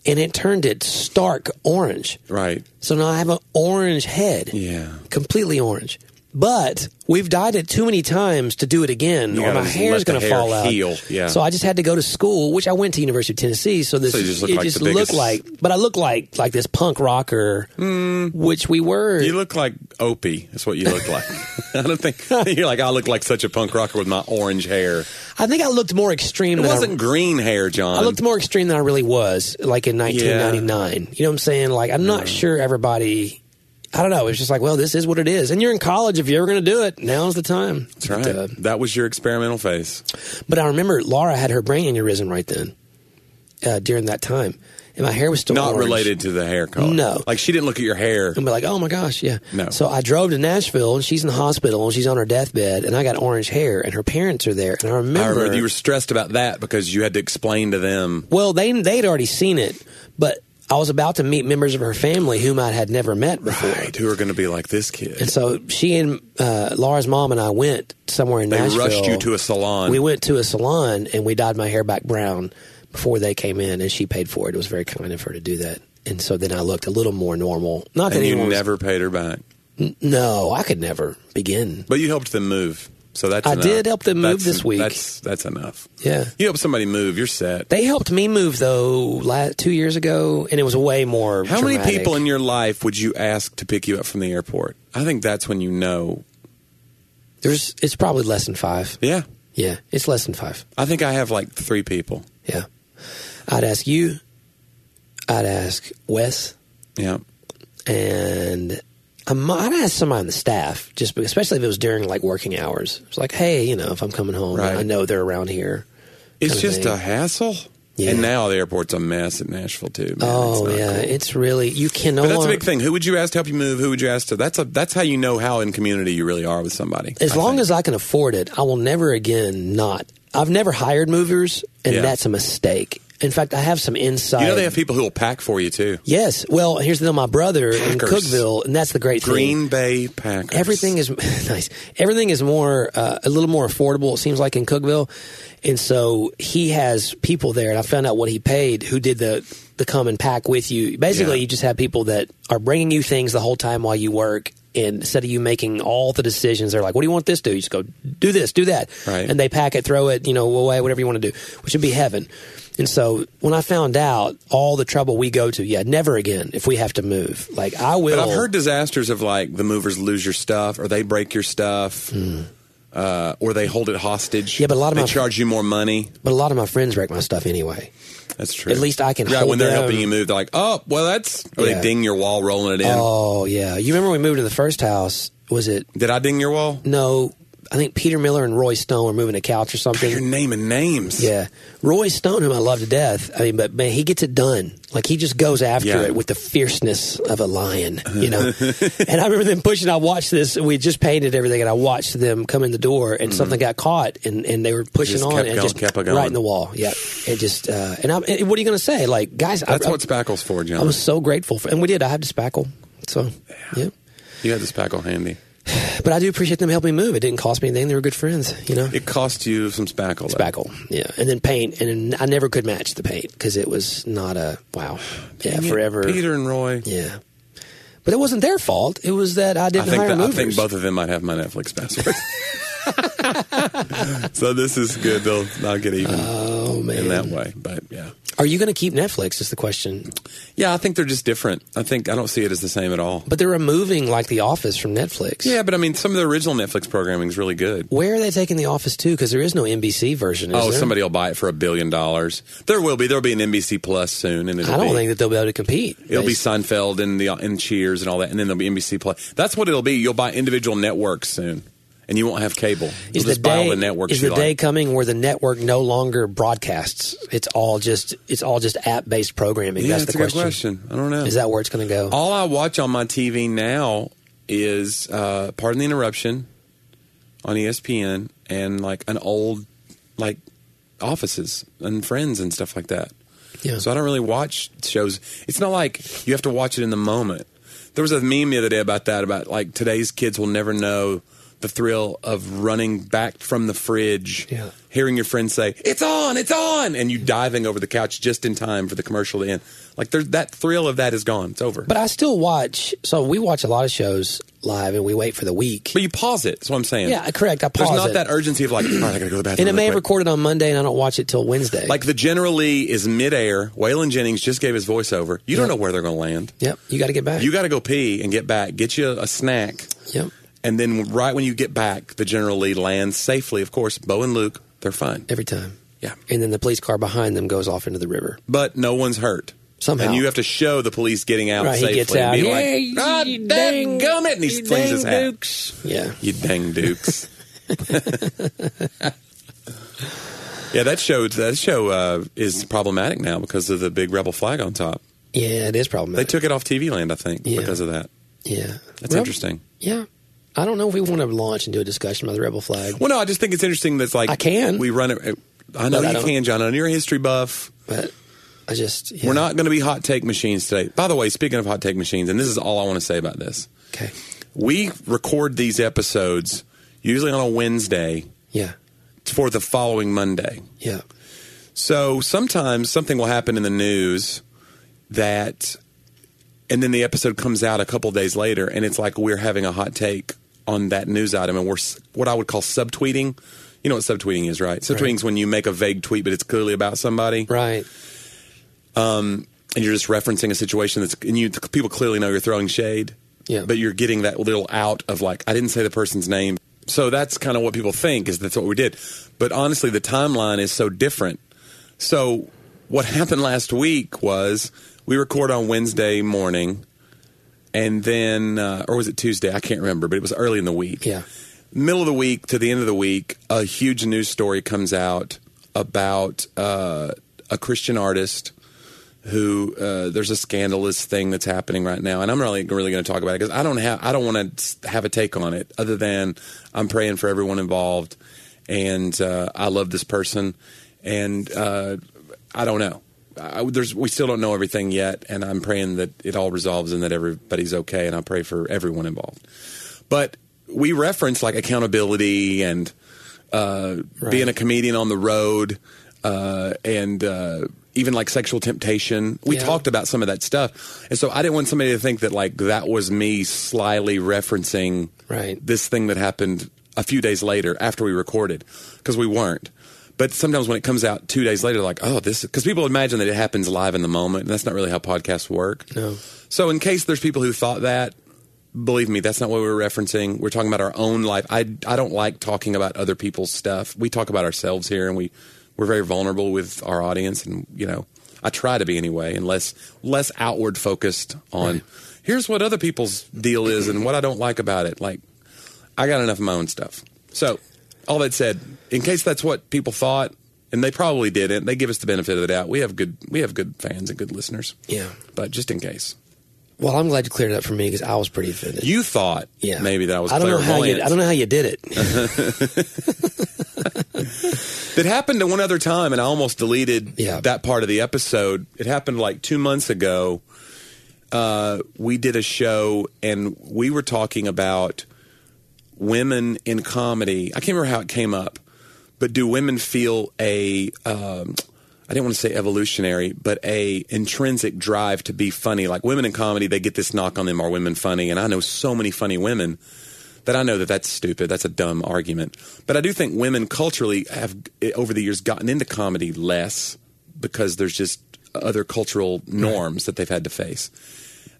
And it turned it stark orange.
Right.
So now I have an orange head,
Yeah.
completely orange. But we've dyed it too many times to do it again, or
gotta
my
just
hair
let
is going
the
to
hair
fall out.
heal, yeah.
So I just had to go to school, which I went to University of Tennessee. So this
So you just look
it
like
just
the
looked
biggest-
like, but I look like like this punk rocker, which we were.
Hmm. You look like Opie. That's what you look like. I don't think you're like I look like such a punk rocker with my orange hair.
I think I looked more extreme.
It
than I-
wasn't green hair, John.
I, looked more extreme than I really was, like in 1999. You know what I'm saying? Like, I'm not sure everybody. I don't know. It's just like, well, this is what it is. And you're in college. If you're ever going to do it, now's the time.
That's right.
But, uh,
that was your experimental phase.
but I remember Laura had her brain aneurysm right then uh, during that time. And my hair was still
Not
orange.
related to the hair color.
No.
Like she didn't look at your hair.
And be like, oh my gosh, yeah.
No.
So I drove to Nashville and she's in the hospital and she's on her deathbed and I got orange hair and her parents are there. And I remember,
I remember you were stressed about that because you had to explain to them.
Well, they they'd already seen it, but I was about to meet members of her family whom I had never met before.
Right, who are going to be like this kid?
And so she and uh, Laura's mom and I went somewhere in
They
Nashville.
rushed you to a salon.
We went to a salon and we dyed my hair back brown before they came in, and she paid for it. It was very kind of her to do that. And so then I looked a little more normal. Not that
and you
anyone was-
never paid her back.
no, I could never begin.
But you helped them move. So that's
I
enough.
did help them move
That's-
this week.
That's that's enough.
Yeah.
You help somebody move, you're set.
They helped me move though la two years ago, and it was way more.
How many
dramatic.
people in your life would you ask to pick you up from the airport? I think that's when you know.
There's. It's probably less than five.
Yeah.
Yeah, it's less than five.
I think I have like three people.
Yeah. I'd ask you, I'd ask Wes,
Yeah.
and I might ask somebody on the staff, just because, especially if it was during like working hours. It's like, hey, you know, if I'm coming home,
Right.
I know they're around here.
It's
Kinda
just
thing.
a hassle.
Yeah.
And now the airport's a mess at Nashville too. Man.
oh,
It's not
yeah.
cool.
It's really, you can no
But that's a
longer-
big thing. Who would you ask to help you move? Who would you ask to? That's a that's how you know how in community you really are with somebody.
As long as I can afford it, I will never again not. I've never hired movers, and
Yeah.
that's a mistake. In fact, I have some insight.
you know they have people who will pack for you too.
yes. Well, here's the deal. My brother in
Packers.
Cookville, and that's the great thing.
Green Bay Packers.
everything is nice. Everything is more uh, a little more affordable. It seems like in Cookville, and so he has people there. And I found out what he paid. Who did the the come and pack with you? Basically,
Yeah.
you just have people that are bringing you things the whole time while you work. And instead of you making all the decisions, they're like, "What do you want this to do?" You just go, "Do this, do that,"
Right.
and they pack it, throw it, you know, away, whatever you want to do, which would be heaven. And so when I found out all the trouble we go to, yeah, never again if we have to move. Like I will.
But I've heard disasters of like the movers lose your stuff or they break your stuff. Uh, or they hold it hostage.
Hmm. Yeah, but a lot of
they
my-
charge you more money.
But a lot of my friends wreck my stuff anyway.
That's true.
At least I can
Right
hold
when they're
them.
helping you move, they're like, "Oh, well, that's." Or
Yeah.
they ding your wall, rolling it in.
Oh yeah, you remember when we moved to the first house? Was it
Did I ding your wall?
no? I think Peter Miller and Roy Stone were moving a couch or
You're
something.
naming names.
Yeah, Roy Stone, whom I love to death. I mean, but man, he gets it done. Like he just goes after
Yeah.
it with the fierceness of a lion, you know. and I remember them pushing. I watched this. We had just painted everything, and I watched them come in the door, and something got caught, and, and they were pushing
Mm-hmm. Just
on,
kept
and
going,
just
kept going.
right in the wall. Yeah, it just uh, and I'm. And what are you going to say, like guys?
That's
I,
what spackle's for,
I
John.
was so grateful for, and we did. I had to spackle, so yeah.
you had the spackle handy.
But I do appreciate them helping me move. It didn't cost me anything. They were good friends, you know.
It cost you some spackle. though.
Spackle, yeah, and then paint, and then I never could match the paint because it was not a wow, yeah,
Dang it,
forever,
Peter and Roy.
yeah. But it wasn't their fault. It was that I
I
didn't
think
hire
that, I
movers.
think both of them might have my Netflix password. so this is good. They'll I'll get even
Oh man,
in that way. But yeah,
are you going to keep Netflix? Is the question.
yeah. I think they're just different. I think I don't see it as the same at all.
But they're removing like The Office from Netflix.
Yeah, but I mean, some of the original Netflix programming is really good.
Where are they taking The Office to? Because there is no NBC version. Is
oh,
there?
somebody will buy it for a billion dollars. There will be. There'll be an NBC Plus soon, and it'll
I don't
be,
think that they'll be able to compete.
It'll be
They-
Seinfeld and the and Cheers and all that, and then there'll be NBC Plus. That's what it'll be. You'll buy individual networks soon, and you won't have cable.
is
You'll
the
just buy
day
all the networks
is
you
the day
like.
coming where the network no longer broadcasts? It's all just it's all just app based programming.
yeah,
That's
that's
the
a good
question.
question. I don't know.
Is that where it's going to go?
all I watch on my TV now is uh, pardon the interruption on E ESPN and like an old like offices and friends and stuff like that.
yeah.
So I don't really watch shows. It's not like you have to watch it in the moment. There was a meme the other day about that about like today's kids will never know the thrill of running back from the fridge,
Yeah.
hearing your friend say "It's on, it's on," and you diving over the couch just in time for the commercial to end. Like there's that thrill of that is gone. It's over.
but I still watch. So we watch a lot of shows live, and we wait for the week.
But you pause it. That's what I'm saying.
Yeah, correct. I pause
There's not
it.
that urgency of like, all right, I gotta go to the
and
bathroom.
it may
really
have
quick.
recorded on Monday, and I don't watch it till Wednesday.
Like the General Lee is midair. Waylon Jennings just gave his voiceover. You don't know where they're gonna land.
yep, you got to get back.
You got to go pee and get back. Get you a snack.
yep.
And then right when you get back, the General Lee lands safely. Of course, Bo and Luke, they're fine.
Every time.
Yeah.
And then the police car behind them goes off into the river.
But no one's hurt.
Somehow.
And you have to show the police getting out
Right, he
safely.
gets out.
And be
Yeah,
like,
you
God
dang-
dang gummit. And he
you
flings his
dang
hat.
Yeah.
You dang dukes. yeah, that show, that show uh, is problematic now because of the big rebel flag on top.
Yeah, it is
They
problematic.
took it off TV land, I think,
Yeah.
because of that.
yeah.
That's
Well,
interesting.
Yeah. I don't know if we want to launch and do a discussion about the rebel flag.
Well, no, I just think it's interesting that's like
I can.
We run it. I know
But I
you
don't-
can, John. I know you're a history buff.
But I just yeah.
We're not going to be hot take machines today. By the way, speaking of hot take machines, and this is all I want to say about this.
okay.
We record these episodes usually on a Wednesday
Yeah,
for the following Monday.
yeah,
So sometimes something will happen in the news that, and then the episode comes out a couple days later, and it's like we're having a hot take on that news item, and we're s- what I would call subtweeting. You know what subtweeting is, right? Subtweeting is when you make a vague tweet, but it's clearly about somebody,
right.
and you're just referencing a situation that's, and you people clearly know you're throwing shade,
Yeah.
but you're getting that little out of like I didn't say the person's name, so that's kind of what people think is that's what we did, but honestly, the timeline is so different. So what happened last week was we record on Wednesday morning, and then uh, or was it Tuesday? I can't remember, but it was early in the week.
Yeah.
middle of the week to the end of the week, a huge news story comes out about uh, a Christian artist who uh, there's a scandalous thing that's happening right now, and I'm really really going to talk about it because I don't have I don't want to have a take on it other than I'm praying for everyone involved, and uh, I love this person, and uh, I don't know. I, there's we still don't know everything yet, and I'm praying that it all resolves and that everybody's okay, and I pray for everyone involved. But we reference like accountability and uh, being a comedian on the road uh, and uh, even like sexual temptation. We
Yeah.
talked about some of that stuff. And so I didn't want somebody to think that like that was me slyly referencing
Right.
this thing that happened a few days later after we recorded because we weren't. But sometimes when it comes out two days later, like, oh, this, because people imagine that it happens live in the moment, and that's not really how podcasts work.
No.
So, in case there's people who thought that, believe me, that's not what we were referencing. We're talking about our own life. I, I don't like talking about other people's stuff. We talk about ourselves here, and we we're very vulnerable with our audience, and you know, I try to be anyway, and less less outward focused on here's what other people's deal is and what I don't like about it. Like, I got enough of my own stuff. So, all that said, in case that's what people thought. And they probably didn't. They give us the benefit of the doubt. We have good, we have good fans and good listeners.
Yeah.
But just in case,
Well, I'm glad you cleared it up for me because I was pretty offended.
you thought
yeah,
maybe that I was
I don't know how you.
clairvoyant.
I don't know how you did it.
It happened to one other time, and I almost deleted
Yeah.
that part of the episode. It happened like two months ago. Uh, we did a show, and we were talking about women in comedy. I can't remember how it came up, but do women feel a? Um, I didn't want to say evolutionary, but a intrinsic drive to be funny. Like women in comedy, they get this knock on them: are women funny? And I know so many funny women that I know that that's stupid. That's a dumb argument. But I do think women culturally have eh, over the years gotten into comedy less because there's just other cultural norms that they've had to face.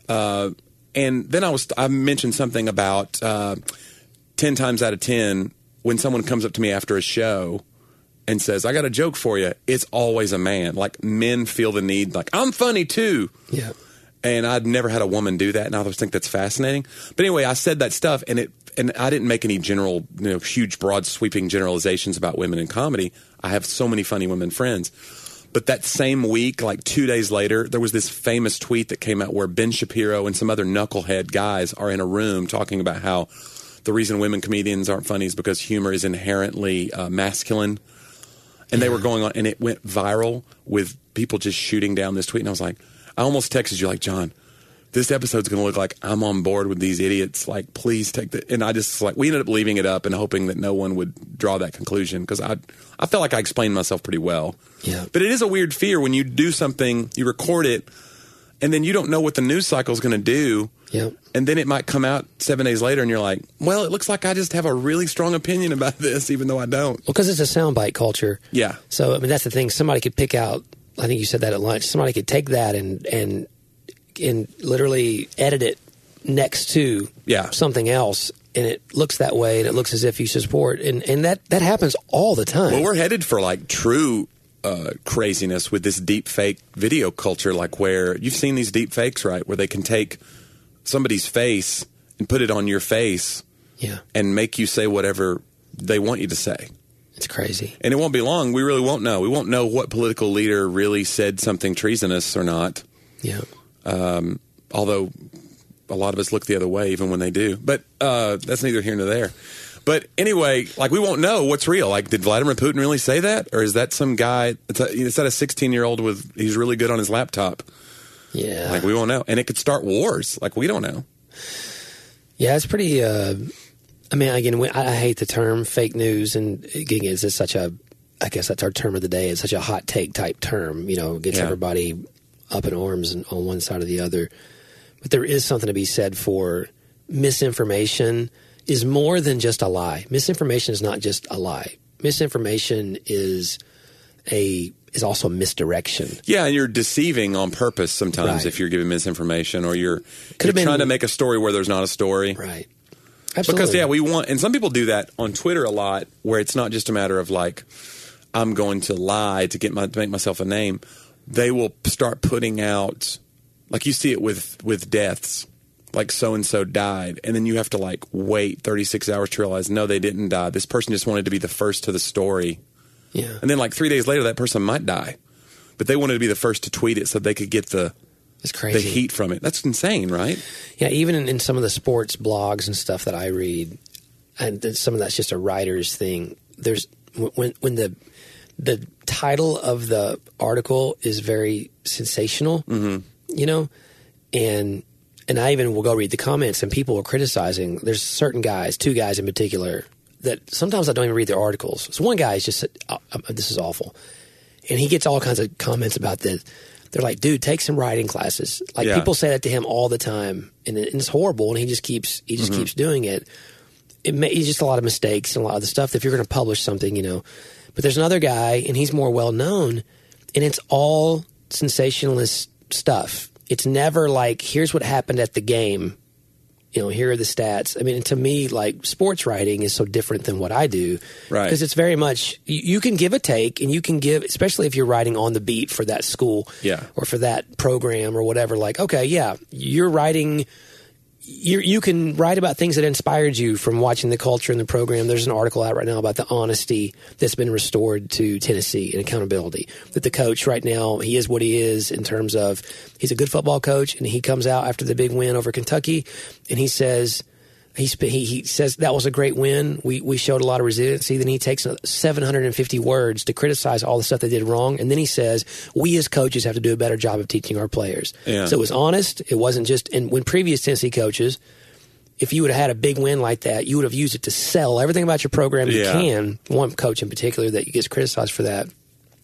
Uh, and then I was I mentioned something about uh, ten times out of ten when someone comes up to me after a show and says, "I got a joke for you." It's always a man. Like men feel the need, like I'm funny too.
Yeah.
And I'd never had a woman do that, and I always think that's fascinating. But anyway, I said that stuff, and it and I didn't make any general, you know, huge, broad, sweeping generalizations about women in comedy. I have so many funny women friends. But that same week, like two days later, there was this famous tweet that came out where Ben Shapiro and some other knucklehead guys are in a room talking about how the reason women comedians aren't funny is because humor is inherently uh, masculine and they were going on, and it went viral with people just shooting down this tweet. And I was like, I almost texted you like, John, this episode's going to look like I'm on board with these idiots. Like, please take the. And I just like we ended up leaving it up and hoping that no one would draw that conclusion because I I felt like I explained myself pretty well.
Yeah.
But it is a weird fear when you do something, you record it, and then you don't know what the news cycle is going to do.
Yeah.
And then it might come out seven days later, and you're like, well, it looks like I just have a really strong opinion about this, even though I don't.
Well, because it's a soundbite culture.
Yeah.
So I mean, that's the thing. Somebody could pick out. I think you said that at lunch. Somebody could take that and and and literally edit it next to
Yeah.
something else, and it looks that way, and it looks as if you support, and and that that happens all the time.
Well, we're headed for like true uh, craziness with this deep fake video culture, like where you've seen these deep fakes, right? Where they can take somebody's face and put it on your face
yeah,
and make you say whatever they want you to say.
it's crazy.
And it won't be long. We really won't know. We won't know what political leader really said something treasonous or not.
Yeah,
although a lot of us look the other way even when they do. But uh, that's neither here nor there. But anyway, like we won't know what's real. Like, did Vladimir Putin really say that, or is that some guy? It's a, is that a sixteen-year-old with he's really good on his laptop?
yeah,
Like, we won't know, and it could start wars. Like, we don't know.
yeah. It's pretty. Uh, I mean, again, we- I, I hate the term fake news, and again, it's just such a. I guess that's our term of the day. It's such a hot take type term. You know, gets
Yeah.
everybody up in arms and on one side or the other. But there is something to be said for misinformation is more than just a lie. Misinformation is not just a lie. Misinformation is a is also misdirection.
Yeah, and you're deceiving on purpose sometimes
Right.
if you're giving misinformation or you're, you're
Could've been-
trying to make a story where there's not a story.
Right. Absolutely.
Because yeah, we want, and some people do that on Twitter a lot, where it's not just a matter of like, I'm going to lie to get my to make myself a name. They will start putting out, like you see it with with deaths, like so and so died, and then you have to like wait 36 hours to realize no, they didn't die. This person just wanted to be the first to the story,
yeah.
and then like three days later, that person might die, but they wanted to be the first to tweet it so they could get the
It's
the
crazy.
heat from it. That's insane, right?
Yeah, even in, in some of the sports blogs and stuff that I read, and then some of that's just a writer's thing. There's when when the the title of the article is very sensational, you know, and and I even will go read the comments, and people are criticizing. There's certain guys, two guys in particular, that sometimes I don't even read their articles. So one guy is just uh, uh, this is awful, and he gets all kinds of comments about this. They're like, dude, take some writing classes. Like
Yeah.
people say that to him all the time, and, it- and it's horrible. And he just keeps he just keeps doing it. It may, it's just a lot of mistakes and a lot of the stuff. If you're going to publish something, you know, but there's another guy, and he's more well known, and it's all sensationalist stuff. It's never like, here's what happened at the game. You know, here are the stats. I mean, to me, like sports writing is so different than what I do,
Right.
Because it's very much you, you can give a take, and you can give, especially if you're writing on the beat for that school,
Yeah.
or for that program or whatever. Like, okay, yeah, you're writing you you can write about things that inspired you from watching the culture and the program. There's an article out right now about the honesty that's been restored to Tennessee and accountability. That the coach right now he is what he is in terms of he's a good football coach, and he comes out after the big win over Kentucky, and he says. He, sp- he he says that was a great win. We we showed a lot of resiliency. Then he takes 750 words to criticize all the stuff they did wrong, and then he says we as coaches have to do a better job of teaching our players.
Yeah.
So it was honest. It wasn't just. And when previous Tennessee coaches, if you would have had a big win like that, you would have used it to sell everything about your program you
Yeah.
can. One coach in particular that gets criticized for that.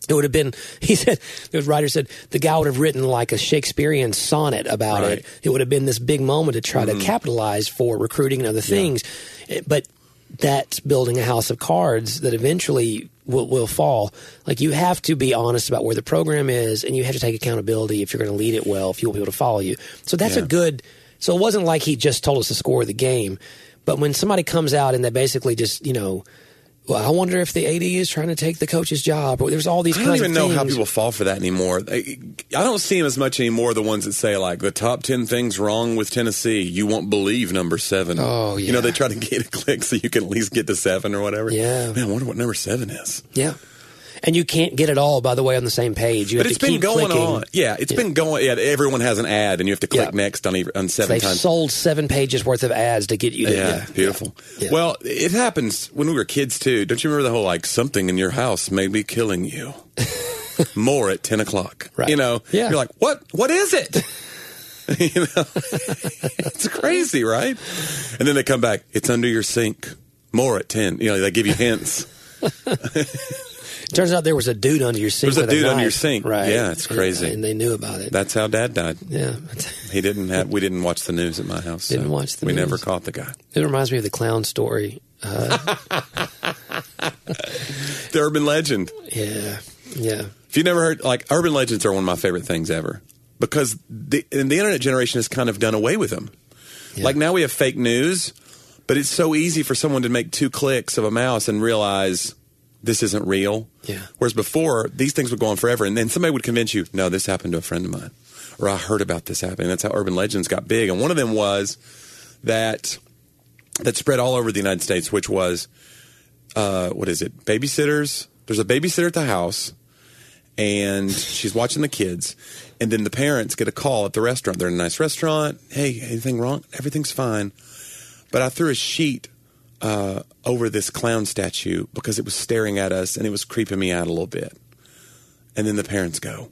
It would have been, he said, the writer said, the guy would have written like a Shakespearean sonnet about
Right. Mm-hmm.
it. It would have been this big moment to try to capitalize for recruiting and other things. Eh, But that's building a house of cards that eventually will, will fall. Like you have to be honest about where the program is, and you have to take accountability if you're going to lead it well, if you want people to follow you. So that's
Yeah.
a good. So it wasn't like he just told us the score of the game, but when somebody comes out and they basically just you know. Well, I wonder if the AD is trying to take the coach's job. Or there's all these.
I don't
kinds
even
of
know how
things.
people fall for that anymore. They- I don't see them as much anymore. The ones that say like the top ten things wrong with Tennessee, you won't believe number seven.
Oh,
you know
yeah.
they try to get a click so you can at least get to seven or whatever.
Yeah.
man, I wonder what number seven is.
Yeah. And you can't get it all, by the way, on the same page. You
But
have
it's
to
been
keep
going
clicking.
on. Yeah, it's been going. Yeah, everyone has an ad, and you have to click
Yeah.
next on ev- on seven
They've
times.
sold seven pages worth of ads to get you to.
Yeah, beautiful.
Yeah.
Well, it happens when we were kids too. Don't you remember the whole like something in your house may be killing you? More at ten o'clock.
Right.
You know.
Yeah.
You're like, what? What is it? you know, it's crazy, right? And then they come back. It's under your sink. More at ten. You know, they give you hints.
Turns out there was a dude under your sink.
There's a
with
dude under
knife.
your sink.
Right.
Yeah, it's crazy.
And they knew about it.
That's how Dad died.
yeah.
He didn't have. We didn't watch the news at my house. so
Didn't watch the
We never
news.
caught the guy.
It reminds me of the clown story.
The urban legend.
Yeah. Yeah.
If you never heard, like urban legends are one of my favorite things ever because the and the internet generation has kind of done away with them.
Yeah.
Like now we have fake news, but it's so easy for someone to make two clicks of a mouse and realize this isn't real.
Yeah.
Whereas before, these things would go on forever, and then somebody would convince you, "No, this happened to a friend of mine," or "I heard about this happening." That's how urban legends got big, and one of them was that that spread all over the United States, which was uh, what is it? Babysitters. There's a babysitter at the house, and she's watching the kids. And then the parents get a call at the restaurant. They're in a nice restaurant. Hey, anything wrong? Everything's fine. But I threw a sheet uh, over this clown statue because it was staring at us and it was creeping me out a little bit. And then the parents go,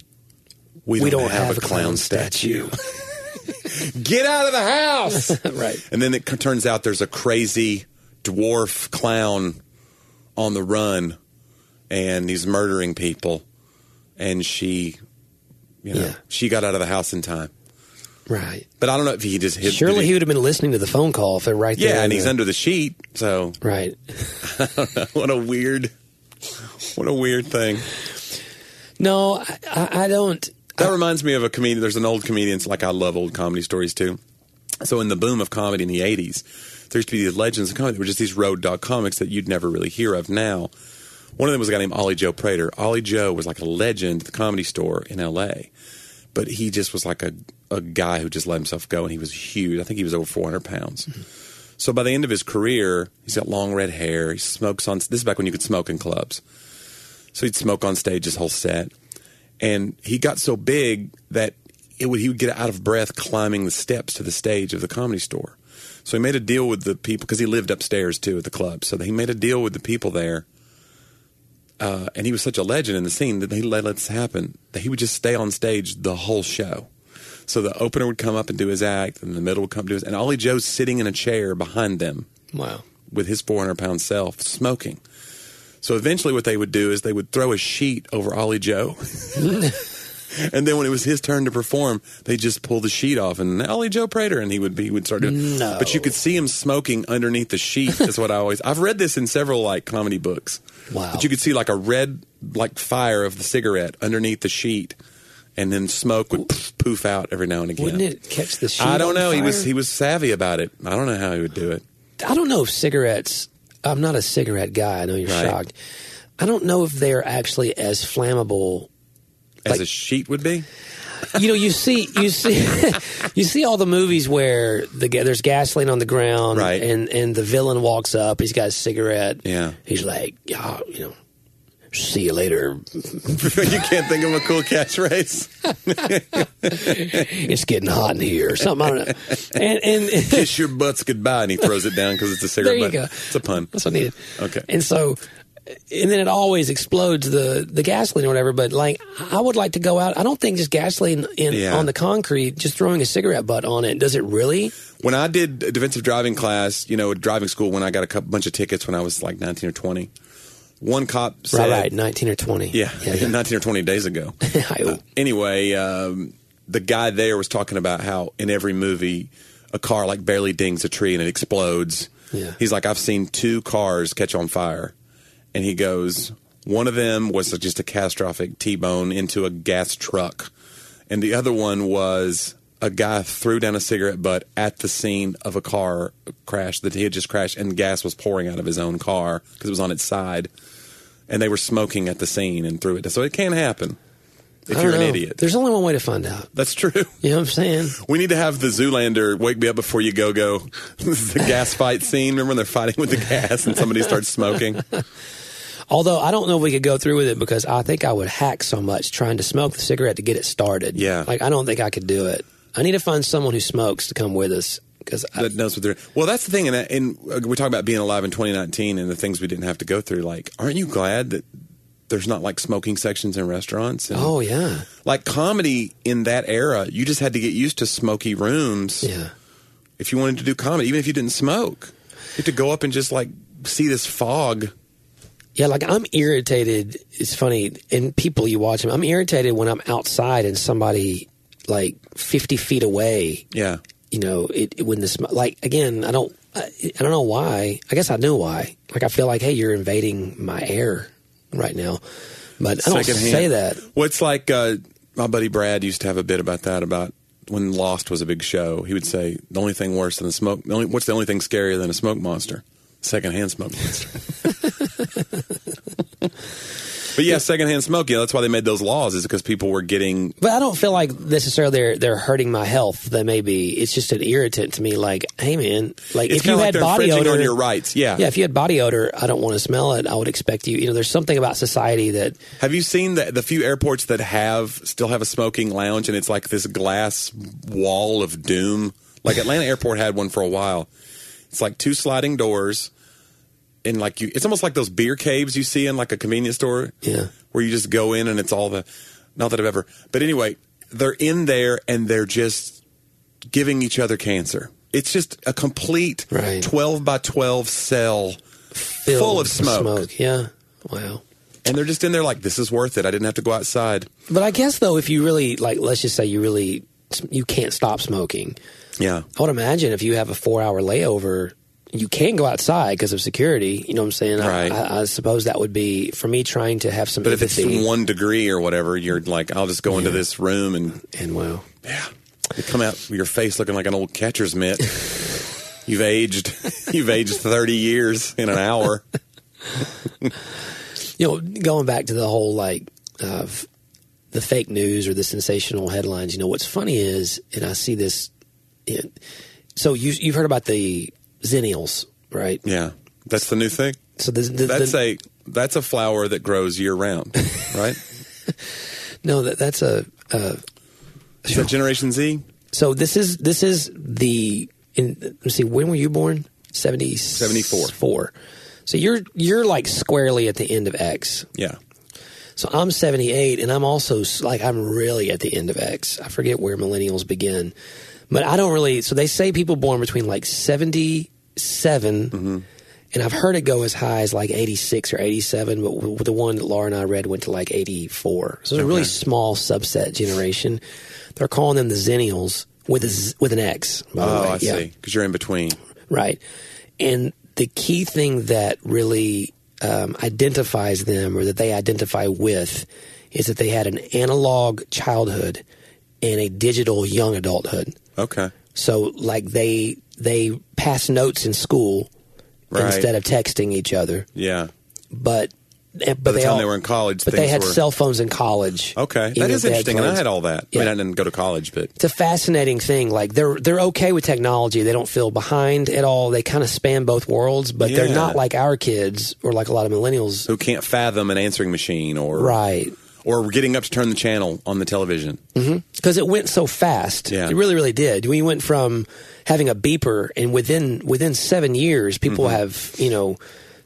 "We don't, have, a clown, statue. get out of the house!"
right.
And then it c- turns out there's a crazy dwarf clown on the run, and he's murdering people. And she, you know,
Yeah.
she got out of the house in time.
Right.
But I don't know if he just hit.
Surely
did
he would have been listening to the phone call if they're right there.
Yeah, and
in
he's
the-
under the sheet. So
Right.
what a weird, what a weird thing.
No, I, I I don't.
That reminds me of a comedian. There's an old comedian. It's like I love old comedy stories too. So in the boom of comedy in the '80s, there used to be these legends of comedy. that were just these road dog comics that you'd never really hear of now. One of them was a guy named Ollie Joe Prater. Ollie Joe was like a legend at the comedy store in L.A., but he just was like a a guy who just let himself go, and he was huge. I think he was over 400 pounds. So by the end of his career, he's got long red hair. He smokes on. This is back when you could smoke in clubs. So he'd smoke on stage his whole set. And he got so big that it would, he would get out of breath climbing the steps to the stage of the comedy store. So he made a deal with the people because he lived upstairs too at the club. So he made a deal with the people there. Uh, and he was such a legend in the scene that he let let this happen that he would just stay on stage the whole show. So the opener would come up and do his act, and the middle would come do his. And Ollie Joe's sitting in a chair behind them
Wow.
with his 400 pound self smoking. So eventually, what they would do is they would throw a sheet over Ollie Joe. and then when it was his turn to perform, they just pull the sheet off and Ollie Joe Prater, and he would be he would start doing.
No.
But you could see him smoking underneath the sheet. is what I always. I've read this in several like comedy books.
Wow.
But you could see like a red like fire of the cigarette underneath the sheet, and then smoke would poof, poof out every now and again.
Wouldn't it catch the sheet?
I don't
on
know. He was
fire?
he was savvy about it. I don't know how he would do it.
I don't know if cigarettes. I'm not a cigarette guy. I know you're
Right.
shocked. I don't know if they're actually as flammable.
As
Like-
a sheet would be.
You know, you see, you see, you see all the movies where the ga- there's gasoline on the ground,
Right.
And and the villain walks up. He's got a cigarette.
Yeah.
He's like, oh, you know, see you later.
you can't think of a cool catchphrase.
It's getting hot in here, or something. I don't know. And and
Kiss your butts goodbye, and he throws it down because it's a cigarette.
There you
butt.
go.
It's a pun.
That's what I needed.
Okay.
And so, and then it always explodes the the gasoline or whatever. But like, I would like to go out. I don't think just gasoline in
Yeah.
on the concrete, just throwing a cigarette butt on it, does it really?
When I did a defensive driving class, you know, at driving school, when I got a couple, bunch of tickets when I was like 19 or 20, one cop said,
Right, right. Nineteen or twenty.
Yeah,
yeah, yeah.
19 or 20 days ago.
I-
anyway, um, the guy there was talking about how in every movie a car like barely dings a tree and it explodes.
Yeah.
He's like, I've seen two cars catch on fire. And he goes, one of them was just a catastrophic T bone into a gas truck. And the other one was a guy threw down a cigarette butt at the scene of a car crash that he had just crashed, and gas was pouring out of his own car because it was on its side. And they were smoking at the scene and threw it. So it can happen if
I
you're
don't
an
know.
idiot.
There's only one way to find out.
That's true.
You know what I'm saying?
We need to have the Zoolander "Wake Me Up Before You Go Go" the gas fight scene. Remember when they're fighting with the gas and somebody starts smoking?
Although I don't know if we could go through with it because I think I would hack so much trying to smoke the cigarette to get it started.
Yeah.
Like I don't think I could do it. I need to find someone who smokes to come with us because
That knows what they're. Well, that's the thing, and, and uh, we talk about being alive in 2019 and the things we didn't have to go through. Like, aren't you glad that there's not like smoking sections in restaurants? And,
oh yeah,
like comedy in that era, you just had to get used to smoky rooms
yeah.
if you wanted to do comedy, even if you didn't smoke. You had to go up and just like see this fog.
Yeah, like I'm irritated. It's funny, and people you watch them. I'm irritated when I'm outside and somebody like 50 feet away.
Yeah,
You know, it, it- when the sm- like again, I don't, I, I don't know why. I guess I knew why. Like I feel like, hey, you're invading my air right now, but I don't
Secondhand.
say that.
Well, it's like uh, my buddy Brad used to have a bit about that about when Lost was a big show. He would say the only thing worse than a smoke. The only, what's the only thing scarier than a smoke monster? Secondhand smoke monster. but yeah, secondhand smoke. Yeah, that's why they made those laws. Is because people were getting
But I don't feel like necessarily they're they're hurting my health. They may be. It's just an irritant to me. Like, hey man, like
it's
if you
kind of like
had
they're
body
infringing
odor
on your rights. Yeah.
Yeah, if you had body odor, I don't want to smell it. I would expect you. You know, there's something about society that
Have you seen the, the few airports that have still have a smoking lounge and it's like this glass wall of doom? Like Atlanta Airport had one for a while. It's like two sliding doors and like you it's almost like those beer caves you see in like a convenience store.
Yeah.
Where you just go in and it's all the not that I've ever but anyway, they're in there and they're just giving each other cancer. It's just a complete
Right.
twelve by twelve cell
filled
full of
with
smoke.
Yeah. Wow.
And they're just in there like this is worth it. I didn't have to go outside.
But I guess though, if you really like, let's just say you really you can't stop smoking.
Yeah.
I would imagine if you have a four hour layover, you can go outside because of security. You know what I'm saying? I-
Right.
I, I, suppose that would be for me trying to have some
But if it's
empathy.
one degree or whatever, you're like, I'll just go into this room and
and wow.
you come out with your face looking like an old catcher's mitt. you've aged, you've aged thirty years in an hour.
You know, going back to the whole like of the fake news or the sensational headlines. You know, what's funny is, and I see this. In, so you you've heard about the zennials, right?
Yeah, that's the new thing.
So the, the,
That's
the,
a that's a flower that grows year round, right?
no, that, that's a uh,
Is that Generation Z?
So this is this is the in let's see when were you born? 70,
74.
Four. So you're you're like squarely at the end of X.
Yeah,
So I'm 78 and I'm also s- like I'm really at the end of X. I forget where millennials begin. But I don't really so they say people born between like 77
Mm-hmm.
and I've heard it go as high as like 86 or 87, but w- the one that Laura and I read went to like 84. So it's a really small subset generation. They're calling them the Zennials with a z- with an X. By the
oh,
way.
I
Yeah.
see. Because you're in between.
Right. And the key thing that really um, identifies them or that they identify with is that they had an analog childhood and a digital young adulthood.
Okay,
So like they they pass notes in school
Right.
instead of texting each other.
yeah.
But eh, but
By the
they
time
all,
they were in college,
but
things
they had
were
cell phones in college.
okay.
even
That is
if they had
interesting, and I
phones.
had all that. I
Yeah.
mean, I didn't go to college, but
It's a fascinating thing. Like they're they're okay with technology. They don't feel behind at all. They kind of span both worlds, but
Yeah.
they're not like our kids or like a lot of millennials.
who can't fathom an answering machine or
Right.
or getting up to turn the channel on the television.
Because it went so fast.
Yeah.
It really, really did. We went from having a beeper and within within seven years people have, you know,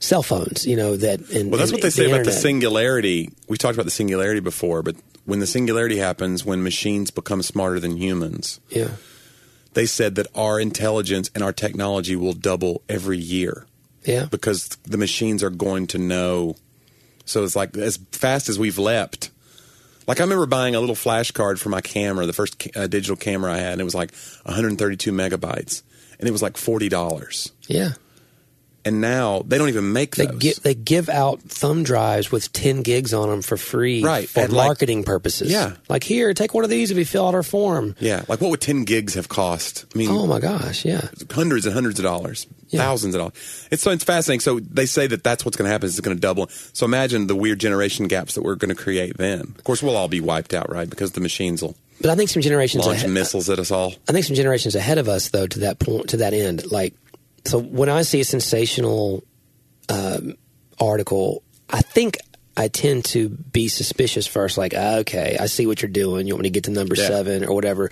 cell phones, you know, that and
Mm-hmm. Well, that's
and
what they say about the
internet.
singularity. We talked about the singularity before, but when the singularity happens, when machines become smarter than humans,
Yeah.
they said that our intelligence and our technology will double every year
Yeah.
because the machines are going to know. So it's like as fast as we've leapt. Like I remember buying a little flash card for my camera, the first ca- uh, digital camera I had, and it was like 132 megabytes, and it was like forty dollars.
Yeah.
And now they don't even make
They
those.
give, they give out thumb drives with 10 gigs on them for free
Right,
for
and like-
marketing purposes.
Yeah.
Like, here, take one of these if you fill out our form.
yeah, like what would ten gigs have cost? I mean,
Oh my gosh, yeah.
hundreds and hundreds of dollars,
Yeah.
thousands of dollars. It's so it's fascinating. So they say that that's what's going to happen. Is it's going to double. So imagine the weird generation gaps that we're going to create then. Of course, we'll all be wiped out, right? Because the machines will
But I think some generations
launch
ahead,
missiles at us all.
I think some generations ahead of us, though, to that point, to that end. Like, so when I see a sensational um, article, I think I tend to be suspicious first. Like, ah, okay, I see what you're doing. You want me to get to number
Yeah.
seven or whatever.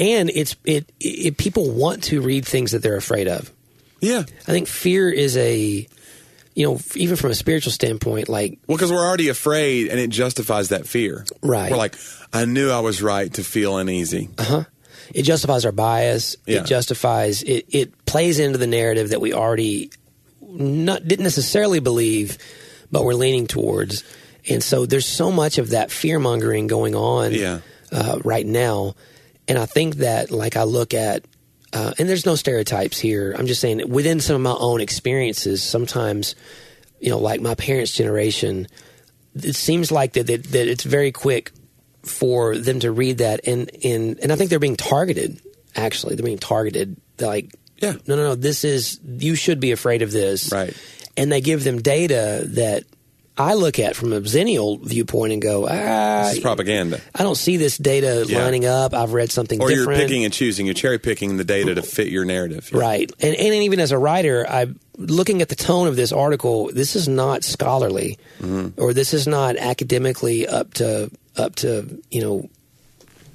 And it's it, it people want to read things that they're afraid of.
Yeah.
I think fear is a, you know, even from a spiritual standpoint, like
Well, because we're already afraid, and it justifies that fear.
Right. Uh-huh.
We're like, I knew I was right to feel uneasy.
it justifies our bias.
Yeah.
It justifies it. It plays into the narrative that we already not didn't necessarily believe, but we're leaning towards. And so there's so much of that fear mongering going on
Yeah.
uh, right now, and I think that like I look at. Uh, and there's no stereotypes here. I'm just saying within some of my own experiences, sometimes, you know, like my parents' generation, it seems like that, that that it's very quick for them to read that and and and I think they're being targeted. Actually, they're being targeted. They're like,
Yeah.
no, no, no. This is you should be afraid of this,
Right.
And they give them data that I look at from a zennial viewpoint and go, ah,
It's propaganda.
I don't see this data
Yeah.
lining up. I've read something
Or
different,
you're picking and choosing. You're cherry picking the data to fit your narrative. Yeah.
right? And and even as a writer, I looking at the tone of this article. This is not scholarly,
Mm-hmm.
or this is not academically up to up to you know.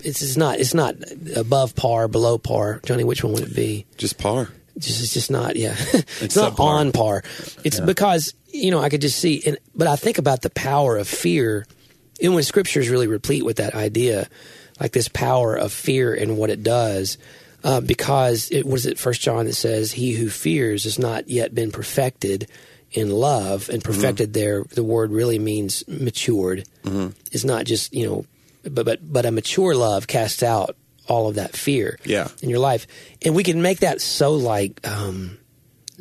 It's, it's not it's not above par, below par. Johnny, which one would it be?
Just par.
just it's just not yeah it's, not
subpar.
on par it's because you know i could just see and but i think about the power of fear and when scripture is really replete with that idea like this power of fear and what it does uh, because it was it first john that says he who fears has not yet been perfected in love and perfected there the word really means matured it's not just you know but but but a mature love casts out all of that fear
Yeah.
in your life. And we can make that so like um,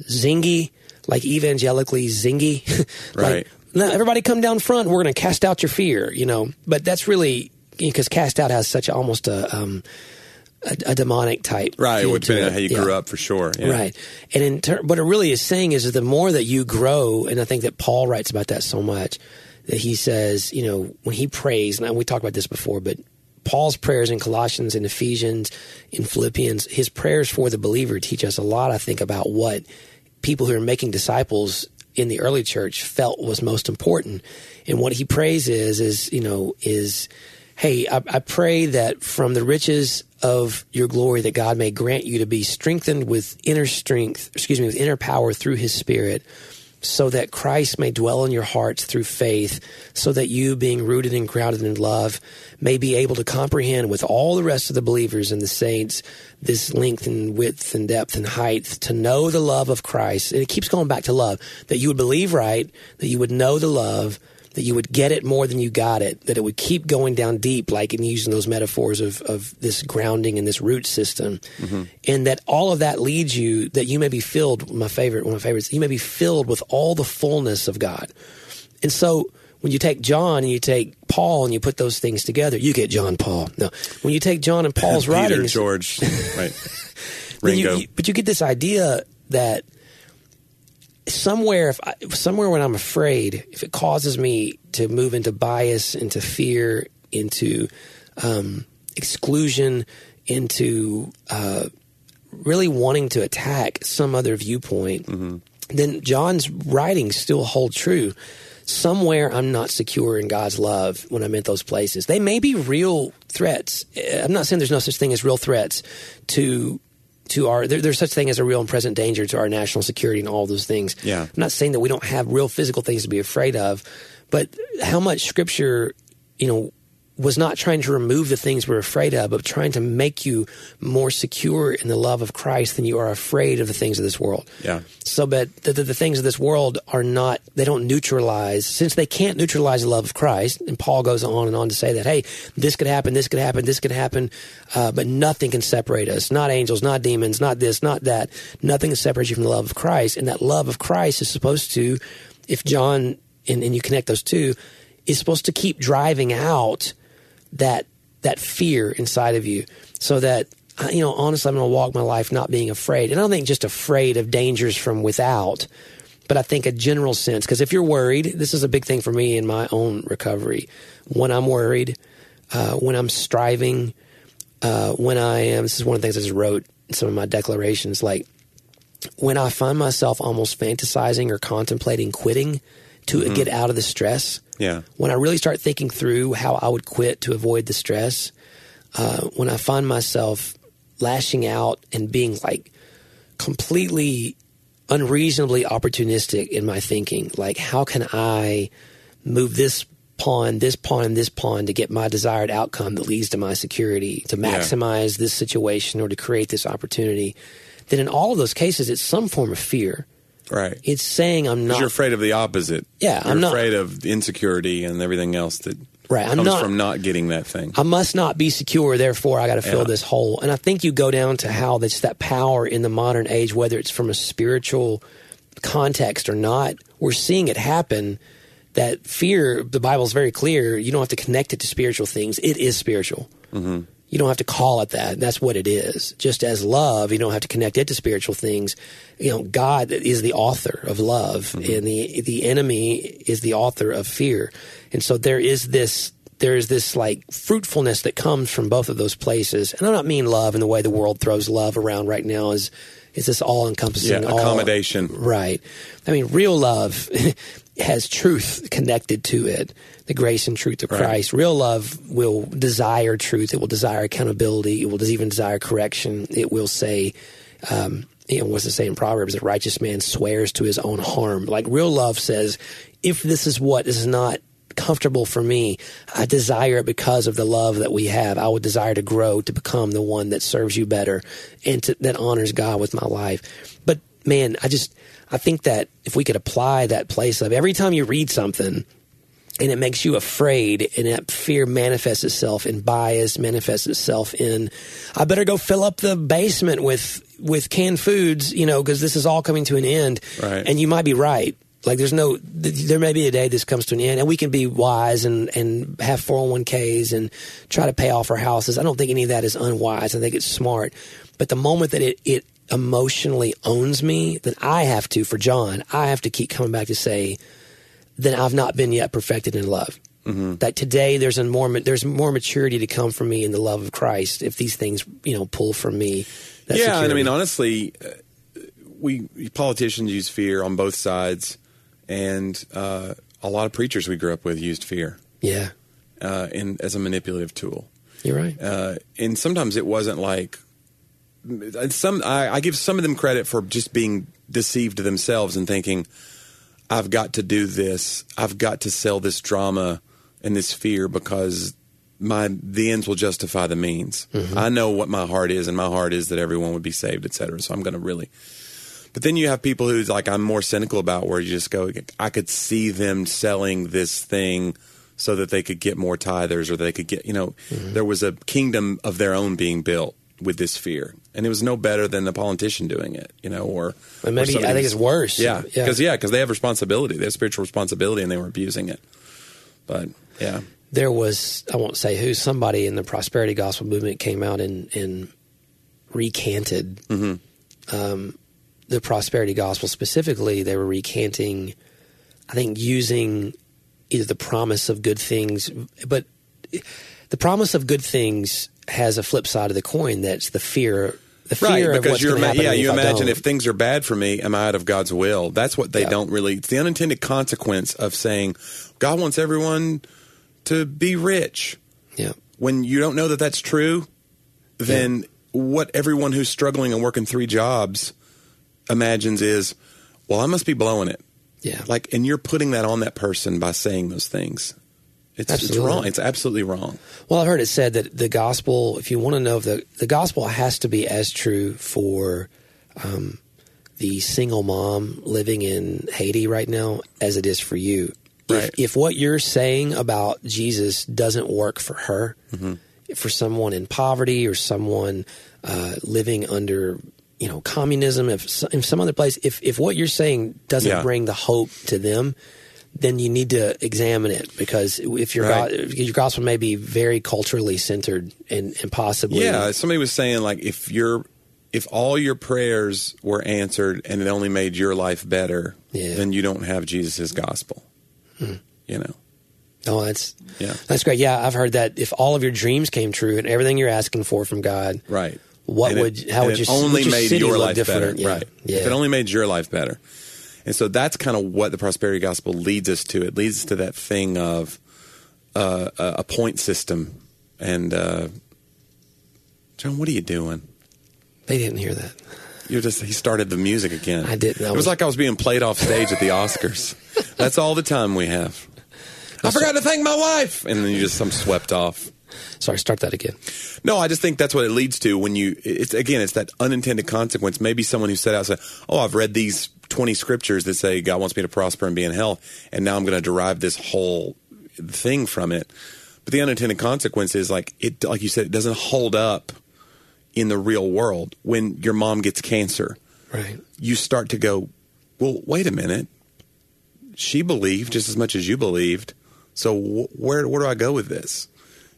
zingy, like evangelically zingy. like,
Right.
Now everybody come down front. We're going to cast out your fear, you know. But that's really because cast out has such a, almost a, um, a a demonic type
Right.
feel to
Well, depending
it.
on how you
Yeah.
grew up, for sure. Yeah.
Right. And in ter- what it really is saying is that the more that you grow, and I think that Paul writes about that so much, that he says, you know, when he prays, and we talked about this before, but Paul's prayers in Colossians and Ephesians, in Philippians, his prayers for the believer teach us a lot, I think, about what people who are making disciples in the early church felt was most important. And what he prays is, is, you know, is, hey, I, I pray that from the riches of your glory that God may grant you to be strengthened with inner strength, excuse me, with inner power through his spirit, so that Christ may dwell in your hearts through faith, so that you, being rooted and grounded in love, may be able to comprehend with all the rest of the believers and the saints this length and width and depth and height, to know the love of Christ. And it keeps going back to love, that you would believe right, that you would know the love, that you would get it more than you got it, that it would keep going down deep, like in using those metaphors of, of this grounding and this root system, and that all of that leads you that you may be filled. My favorite, one of my favorites, you may be filled with all the fullness of God. And so when you take John and you take Paul and you put those things together, you get John Paul. No, when you take John and Paul's
Peter,
writings,
George. Right.
then you-
Ringo.
you- but you get this idea that somewhere, if I, somewhere when I'm afraid, if it causes me to move into bias, into fear, into um, exclusion, into uh, really wanting to attack some other viewpoint, then John's writings still hold true. Somewhere I'm not secure in God's love when I'm at those places. They may be real threats. Eh, I'm not saying there's no such thing as real threats to to our there, there's such thing as a real and present danger to our national security and all those things.
Yeah.
I'm not saying that we don't have real physical things to be afraid of, but how much scripture, you know, was not trying to remove the things we're afraid of, but trying to make you more secure in the love of Christ than you are afraid of the things of this world.
Yeah.
So that the, the, the things of this world are not, they don't neutralize, since they can't neutralize the love of Christ. And Paul goes on and on to say that, hey, this could happen, this could happen, this could happen, uh, but nothing can separate us. Not angels, not demons, not this, not that. Nothing can separate you from the love of Christ. And that love of Christ is supposed to, if John, and, and you connect those two, is supposed to keep driving out that that fear inside of you so that I- you know honestly i'm going to walk my life not being afraid and i don't think just afraid of dangers from without but i think a general sense because if you're worried this is a big thing for me in my own recovery when i'm worried uh, when i'm striving uh, when i am this is one of the things i just wrote in some of my declarations like when i find myself almost fantasizing or contemplating quitting to get out of the stress
Yeah.
when I really start thinking through how I would quit to avoid the stress, uh, when I find myself lashing out and being like completely unreasonably opportunistic in my thinking, like how can I move this pawn, this pawn, and this pawn to get my desired outcome that leads to my security, to
Yeah.
maximize this situation or to create this opportunity, then in all of those cases, it's some form of fear.
Right.
It's saying I'm not
You're afraid of the opposite.
Yeah,
You're
I'm not-
afraid of insecurity and everything else that
Right, I'm
comes
not-
from not getting that thing.
I must not be secure, therefore I got to fill
Yeah.
this hole. And I think you go down to how that's that power in the modern age, whether it's from a spiritual context or not, we're seeing it happen. That fear, the Bible's very clear. You don't have to connect it to spiritual things. It is spiritual. You don't have to call it that. That's what it is. Just as love, you don't have to connect it to spiritual things. You know, God is the author of love,
Mm-hmm.
and the the enemy is the author of fear. And so there is this there is this like fruitfulness that comes from both of those places. And I don't mean love in the way the world throws love around right now is is this all
yeah,
encompassing
accommodation.
Right. I mean, real love has truth connected to it, the grace and truth of Christ. Real love will desire truth. It will desire accountability. It will even desire correction. It will say, um, you know, what's it say in Proverbs? A righteous man swears to his own harm. Like real love says, if this is what is not comfortable for me, I desire it because of the love that we have. I would desire to grow to become the one that serves you better and to, that honors God with my life. But man, I just I think that if we could apply that place of every time you read something and it makes you afraid and that fear manifests itself in bias manifests itself in i better go fill up the basement with with canned foods you know because this is all coming to an end
Right.
and you might be right like there's no th- there may be a day this comes to an end and we can be wise and and have 401ks and try to pay off our houses i don't think any of that is unwise i think it's smart but the moment that it it emotionally owns me then i have to for john i have to keep coming back to say then I've not been yet perfected in love.
Mm-hmm.
That today there's a more ma- there's more maturity to come from me in the love of Christ if these things you know pull from me. That
yeah, and I
security.
mean, honestly, uh, we politicians use fear on both sides, and uh, a lot of preachers we grew up with used fear
yeah,
uh, in, as a manipulative tool.
you're right.
Uh, and sometimes it wasn't like some. I, I give some of them credit for just being deceived to themselves and thinking, "I've got to do this. I've got to sell this drama and this fear because my the ends will justify the means.
Mm-hmm.
I know what my heart is, and my heart is that everyone would be saved, etc. So I'm going to really." But then you have people who's like I'm more cynical about where you just go. I could see them selling this thing so that they could get more tithers or they could get you know
Mm-hmm.
there was a kingdom of their own being built with this fear, and it was no better than the politician doing it, you know, or
But
or
maybe-
somebody
I think
who's-
it's worse.
Yeah,
Yeah.
because yeah, because they have responsibility, they have spiritual responsibility, and they were abusing it. But yeah,
there was I won't say who somebody in the prosperity gospel movement came out and and recanted um,
Mm-hmm.
the prosperity gospel specifically. They were recanting, I think, using either the promise of good things, but the promise of good things has a flip side of the coin. That's the fear, the fear
right
of what's
because you
going to
ima-
happen.
yeah you
I
imagine
don't.
if things are bad for me am i out of god's will that's what they
Yeah.
don't really it's the unintended consequence of saying god wants everyone to be rich
yeah.
when you don't know that that's true then what everyone who's struggling and working three jobs imagines is well i must be blowing it
Yeah.
like and you're putting that on that person by saying those things It's, it's
Absolutely.
wrong. It's absolutely wrong.
Well, I've heard it said that the gospel, if you want to know if the, the gospel has to be as true for um, the single mom living in Haiti right now as it is for you.
Right.
If, if what you're saying about Jesus doesn't work for her,
Mm-hmm.
for someone in poverty or someone uh, living under you know communism, if, s- if some other place, if, if what you're saying doesn't
Yeah.
bring the hope to them, then you need to examine it because if your
Right.
go- your gospel may be very culturally centered and, and possibly
Yeah, somebody was saying like if your if all your prayers were answered and it only made your life better,
Yeah. Hmm.
then you don't have Jesus' gospel. You know.
No, Oh, that's
Yeah.
that's great. Yeah, I've heard that if all of your dreams came true and everything you're asking for from God,
Right.
What
And it-
would- how
and
would
it
your-
only
would your
made
city
your
look
life better?
different? Yeah.
Right.
Yeah.
If it only made your life better. And so that's kind of what the prosperity gospel leads us to. It leads us to that thing of uh, a a point system. And uh, John, what are you doing?
they didn't hear that.
You're just he started the music again.
I didn't. I
it was,
was-
like I was being played off stage at the Oscars. That's all the time we have. I forgot to thank my wife, and then you just I'm swept off.
Sorry, start that again.
No, I just think that's what it leads to when you. It's again, it's that unintended consequence. Maybe someone who set out said, "Oh, I've read these twenty scriptures that say God wants me to prosper and be in health, and now I'm going to derive this whole thing from it." But the unintended consequence is like it, like you said, it doesn't hold up in the real world. When your mom gets cancer,
Right.
you start to go, well, wait a minute. She believed just as much as you believed. So wh- where where do I go with this?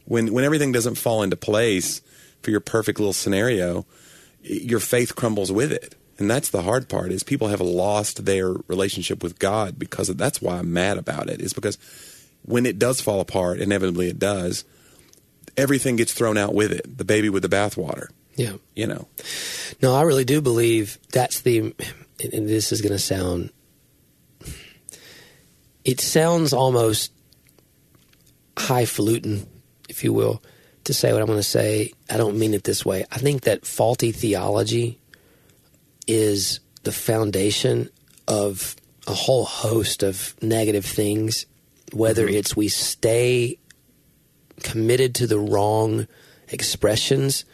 When when everything doesn't fall into place for your perfect little scenario, i- your faith crumbles with it. And that's the hard part is people have lost their relationship with God because of, that's why I'm mad about it. Is because when it does fall apart, inevitably it does. Everything gets thrown out with it. The baby with the bathwater,
Yeah.
you know.
No, I really do believe that's the, and and this is going to sound, it sounds almost highfalutin, if you will, to say what I'm going to say. I don't mean it this way. I think that faulty theology is the foundation of a whole host of negative things, whether it's we stay committed to the wrong expressions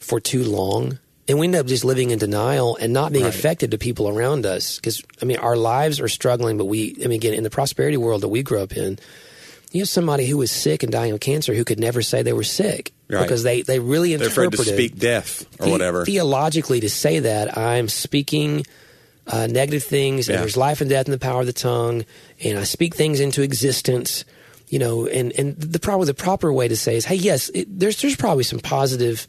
for too long and we end up just living in denial and not being
Right.
affected to people around us because i mean our lives are struggling but we i mean again in the prosperity world that we grew up in you have somebody who was sick and dying of cancer who could never say they were sick
Right.
because they they really
They're afraid
interpreted
to speak death or
the-
whatever.
Theologically, to say that I'm speaking uh, negative things,
Yeah.
and there's life and death in the power of the tongue, and I speak things into existence. You know, and and the probably the proper way to say is, hey, yes, it, there's there's probably some positive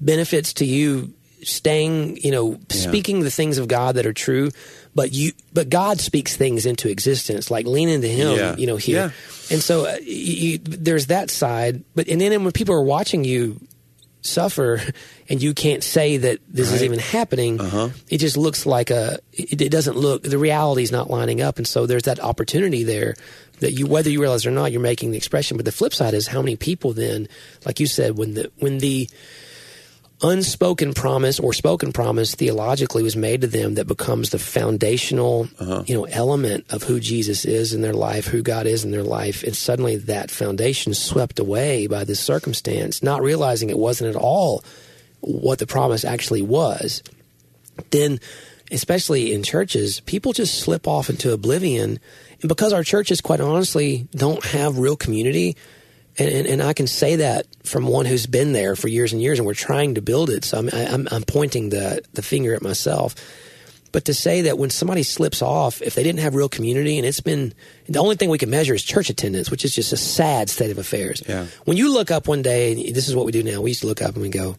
benefits to you staying, you know, speaking the things of God that are true, but you but God speaks things into existence, like lean into Him,
Yeah.
you know, here.
Yeah.
And so uh, you, you, there's that side, but and then when people are watching you suffer, and you can't say that this is
Right. Uh-huh.
even happening, it just looks like a. It, it doesn't look. The reality's not lining up, and so there's that opportunity there that you, whether you realize it or not, you're making the expression. But the flip side is how many people then, like you said, when the when the unspoken promise or spoken promise theologically was made to them that becomes the foundational you know element of who Jesus is in their life, who God is in their life, and suddenly that foundation is swept away by this circumstance, not realizing it wasn't at all what the promise actually was. Then especially in churches, people just slip off into oblivion and because our churches quite honestly don't have real community, and, and, and I can say that from one who's been there for years and years, and we're trying to build it. So I'm, I- I'm, I'm pointing the, the finger at myself. But to say that when somebody slips off, if they didn't have real community, and it's been the only thing we can measure is church attendance, which is just a sad state of affairs.
Yeah.
When you look up one day, and this is what we do now. We used to look up and we go,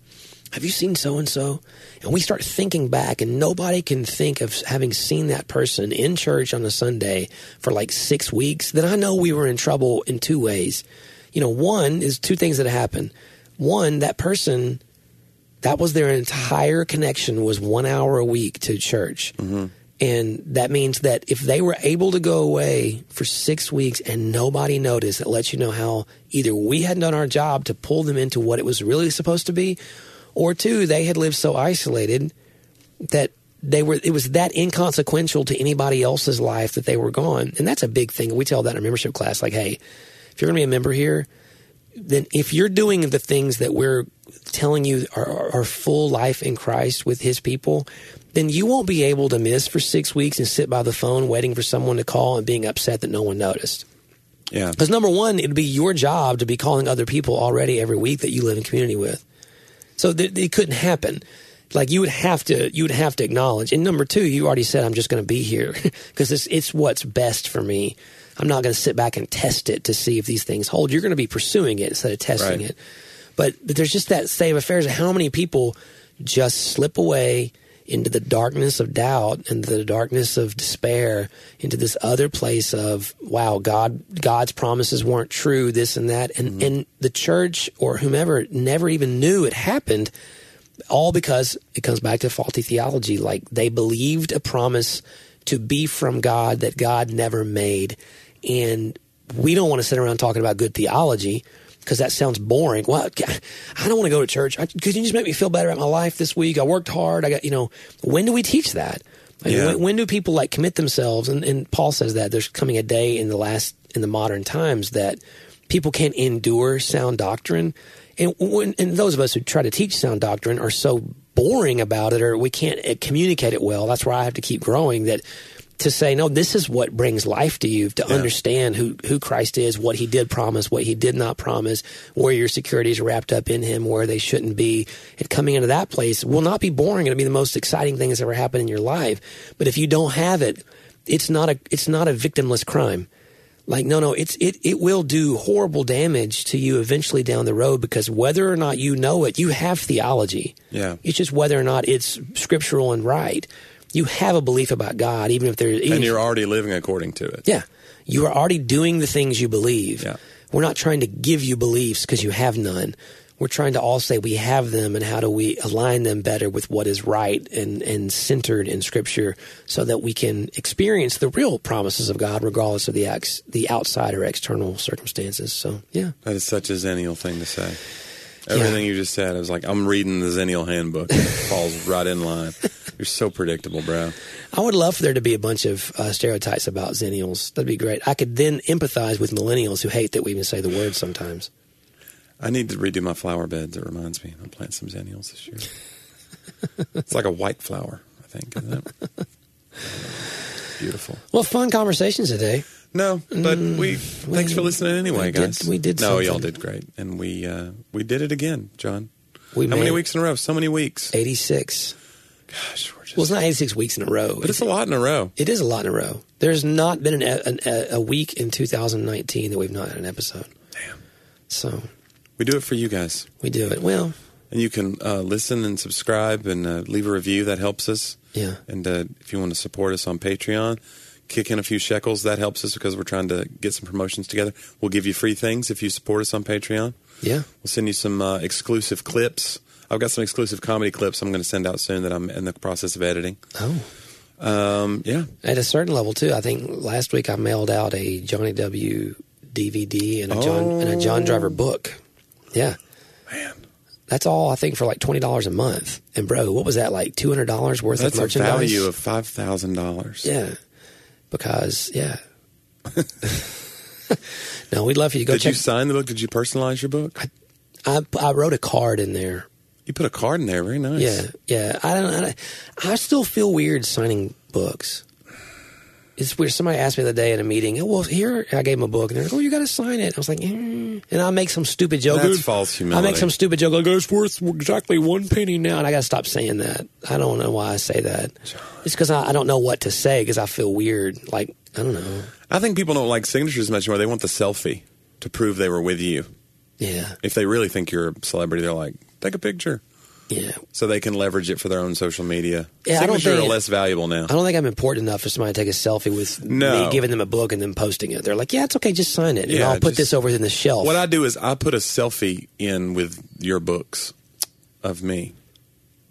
"Have you seen so and so?" And we start thinking back, and nobody can think of having seen that person in church on a Sunday for like six weeks. Then I know we were in trouble in two ways. You know, one is two things that happen. One, that person that was their entire connection was one hour a week to church and that means that if they were able to go away for six weeks and nobody noticed it lets you know how either we hadn't done our job to pull them into what it was really supposed to be or two they had lived so isolated that they were it was that inconsequential to anybody else's life that they were gone and that's a big thing we tell that in our membership class like hey if if you're going to be a member here, then if you're doing the things that we're telling you are, are, are full life in Christ with His people, then you won't be able to miss for six weeks and sit by the phone waiting for someone to call and being upset that no one noticed.
Yeah.
Because number one, it'd be your job to be calling other people already every week that you live in community with. So th- it couldn't happen. Like you would have to, you would have to acknowledge. And number two, you already said I'm just going to be here because it's it's what's best for me. I'm not going to sit back and test it to see if these things hold. You're going to be pursuing it instead of testing
Right.
it. But, but there's just that state of affairs. of How many people just slip away into the darkness of doubt, into the darkness of despair, into this other place of wow, God, God's promises weren't true, this and that, and and the church or whomever never even knew it happened all because it comes back to faulty theology. Like they believed a promise to be from God that God never made. And we don't want to sit around talking about good theology because that sounds boring. Well, I don't want to go to church. I, could you just make me feel better about my life this week? I worked hard. I got, you know, when do we teach that? Like,
Yeah.
when, when do people like commit themselves? And, and Paul says that there's coming a day in the last, in the modern times that people can't endure sound doctrine. And, when, and those of us who try to teach sound doctrine are so boring about it or we can't uh, communicate it well. That's where I have to keep growing that to say, no, this is what brings life to you, to understand who, who Christ is, what he did promise, what he did not promise, where your securities are wrapped up in him, where they shouldn't be. And coming into that place will not be boring. It'll be the most exciting thing that's ever happened in your life. But if you don't have it, it's not a, it's not a victimless crime. Like no no it's it it will do horrible damage to you eventually down the road because whether or not you know it you have theology.
Yeah.
It's just whether or not it's scriptural and right. You have a belief about God even if there even
And
if-
you're already living according to it.
yeah. You are already doing the things you believe.
Yeah.
We're not trying to give you beliefs because you have none. We're trying to all say we have them and how do we align them better with what is right and, and centered in Scripture so that we can experience the real promises of God regardless of the, ex, the outside or external circumstances. So, yeah.
That is such a zennial thing to say. Everything you just said, I was like, I'm reading the zennial handbook. It falls right in line. You're so predictable, bro.
I would love for there to be a bunch of uh, stereotypes about Xennials. That'd be great. I could then empathize with millennials who hate that we even say the word sometimes.
I need to redo my flower beds. It reminds me, I'm planting some zennials this year. it's like a white flower, I think, isn't it? Beautiful.
Well, fun conversation today.
No, but we. Thanks for listening anyway,
Mm, we did-
guys.
we did
No,
something.
y'all did great, and we uh, we did it again, John.
We
How many
made
weeks in a row? So many weeks.
86.
Gosh, we're just.
Well, it's not 86 weeks in a row.
but it's a lot in a row.
It is a lot in a row. There's not been an, an, a, a week in 2019 that we've not had an episode.
Damn.
So
We do it for you guys.
we do it. Well,
And you can uh, listen and subscribe and uh, leave a review. That helps us.
Yeah.
And uh, if you want to support us on Patreon, kick in a few shekels. That helps us because we're trying to get some promotions together. We'll give you free things if you support us on Patreon.
yeah.
We'll send you some uh, exclusive clips. I've got some exclusive comedy clips I'm going to send out soon that I'm in the process of editing.
Oh.
Um, yeah.
At a certain level, too. I think last week I mailed out a Johnny W. DVD and a John, and a John
Oh.
Driver book. Yeah.
Man,
That's all I think for like $20 a month. And, bro, what was that like $200 worth
that's
of
a
merchandise?
value of $5,000.
yeah. Because, yeah. no, we'd love for you to go
Did
check.
you sign the book? Did you personalize your book?
I, I wrote a card in there
You put a card in there. Very nice.
Yeah, yeah. I don't. I, don't- I still feel weird signing books. It's weird. Somebody asked me the other day in a meeting. "Oh, Well, here I gave him a book, and they're like, "Oh, you got to sign it." I was like, "Mm." and I make some stupid joke.
That's false humility.
I make some stupid joke like, "It's worth exactly one penny now," and I got to stop saying that. I don't know why I say that. It's because I, I don't know what to say because I feel weird. Like I don't know.
I think people don't like signatures much more. They want the selfie to prove they were with you.
Yeah,
If they really think you're a celebrity, they're like, take a picture.
yeah.
So they can leverage it for their own social media.
Yeah, I don't
Signatures are
think-
less valuable now.
I don't think I'm important enough for somebody to take a selfie with
No.
me giving them a book and then posting it. They're like, "Yeah, it's okay, just sign it, and
Yeah,
I'll put
just-
this over in the shelf."
What I do is I put a selfie in with your books of me.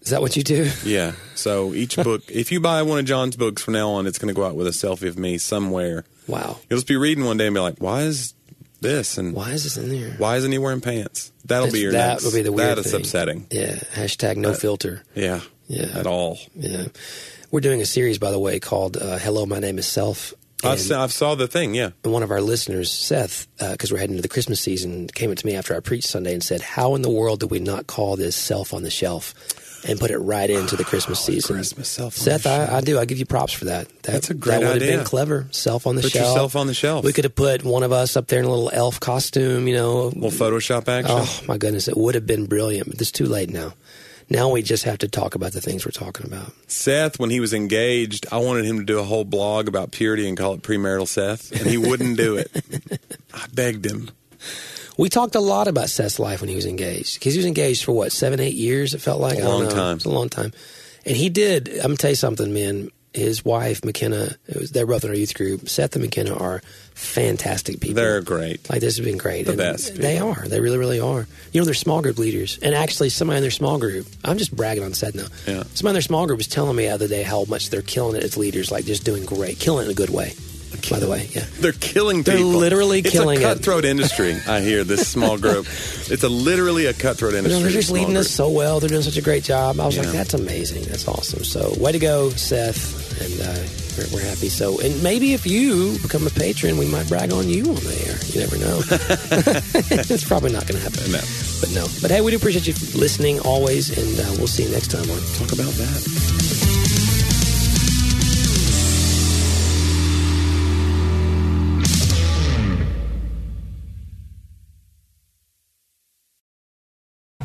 Is that what you do?
Yeah. So each book, if you buy one of John's books from now on, it's going to go out with a selfie of me somewhere.
Wow.
You'll just be reading one day and be like, why is this? And why,
Why is this in there?
isn't he wearing pants? That'll be
That's-
your
that
next.
will be the weird
That is
thing.
upsetting.
Yeah. Hashtag no filter.
Yeah.
Yeah.
At all.
Yeah. We're doing a series, by the way, called uh, Hello, My Name is Self.
I saw, I saw the thing. Yeah.
And one of our listeners, Seth, because we're heading into the Christmas season, came up to me after I preached Sunday and said, "How in the world do we not call this self on the shelf and put it right into the Christmas season?"
Oh, Christmas self. on
Seth,
the shelf.
I, I do. I give you props for that. that
That's a great
That would have
idea.
been clever. Self on the
Put
shelf.
yourself on the shelf.
We could have put one of us up there in a little elf costume. You know,
little Photoshop action.
Oh my goodness, it would have been brilliant, but it's too late now. Now we just have to talk about the things we're talking about.
Seth, when he was engaged, I wanted him to do a whole blog about purity and call it premarital Seth, and he wouldn't do it. I begged him.
We talked a lot about Seth's life when he was engaged because he was engaged for what seven, eight years. It felt like I don't
long
know.
time.
It's a long time, and he did. I'm gonna tell you something, man. His wife McKenna, it was, they're both in our youth group. Seth and McKenna are fantastic people.
They're great.
Like this has been great.
The
And
best
They are. They really, really are. You know, they're small group leaders, and actually, somebody in their small group. I'm just bragging on said now.
Yeah.
Somebody in their small group was telling me the other day how much they're killing it as leaders, like just doing great, killing it in a good way. By the way, yeah.
They're killing
They're
people.
literally
it's
killing it.
a cutthroat industry. I hear this small group. It's a literally a cutthroat
You
industry.
know, they're just
small
leading
group.
us so well. They're doing such a great job. I was like,
Yeah.
that's amazing. That's awesome. So, way to go, Seth. And uh, we're, we're happy. So, and maybe if you become a patron, we might brag on you on the air. You never know. it's probably not going to happen.
No.
But no. But hey, we do appreciate you listening always, and uh, we'll see you next time on
Talk about that.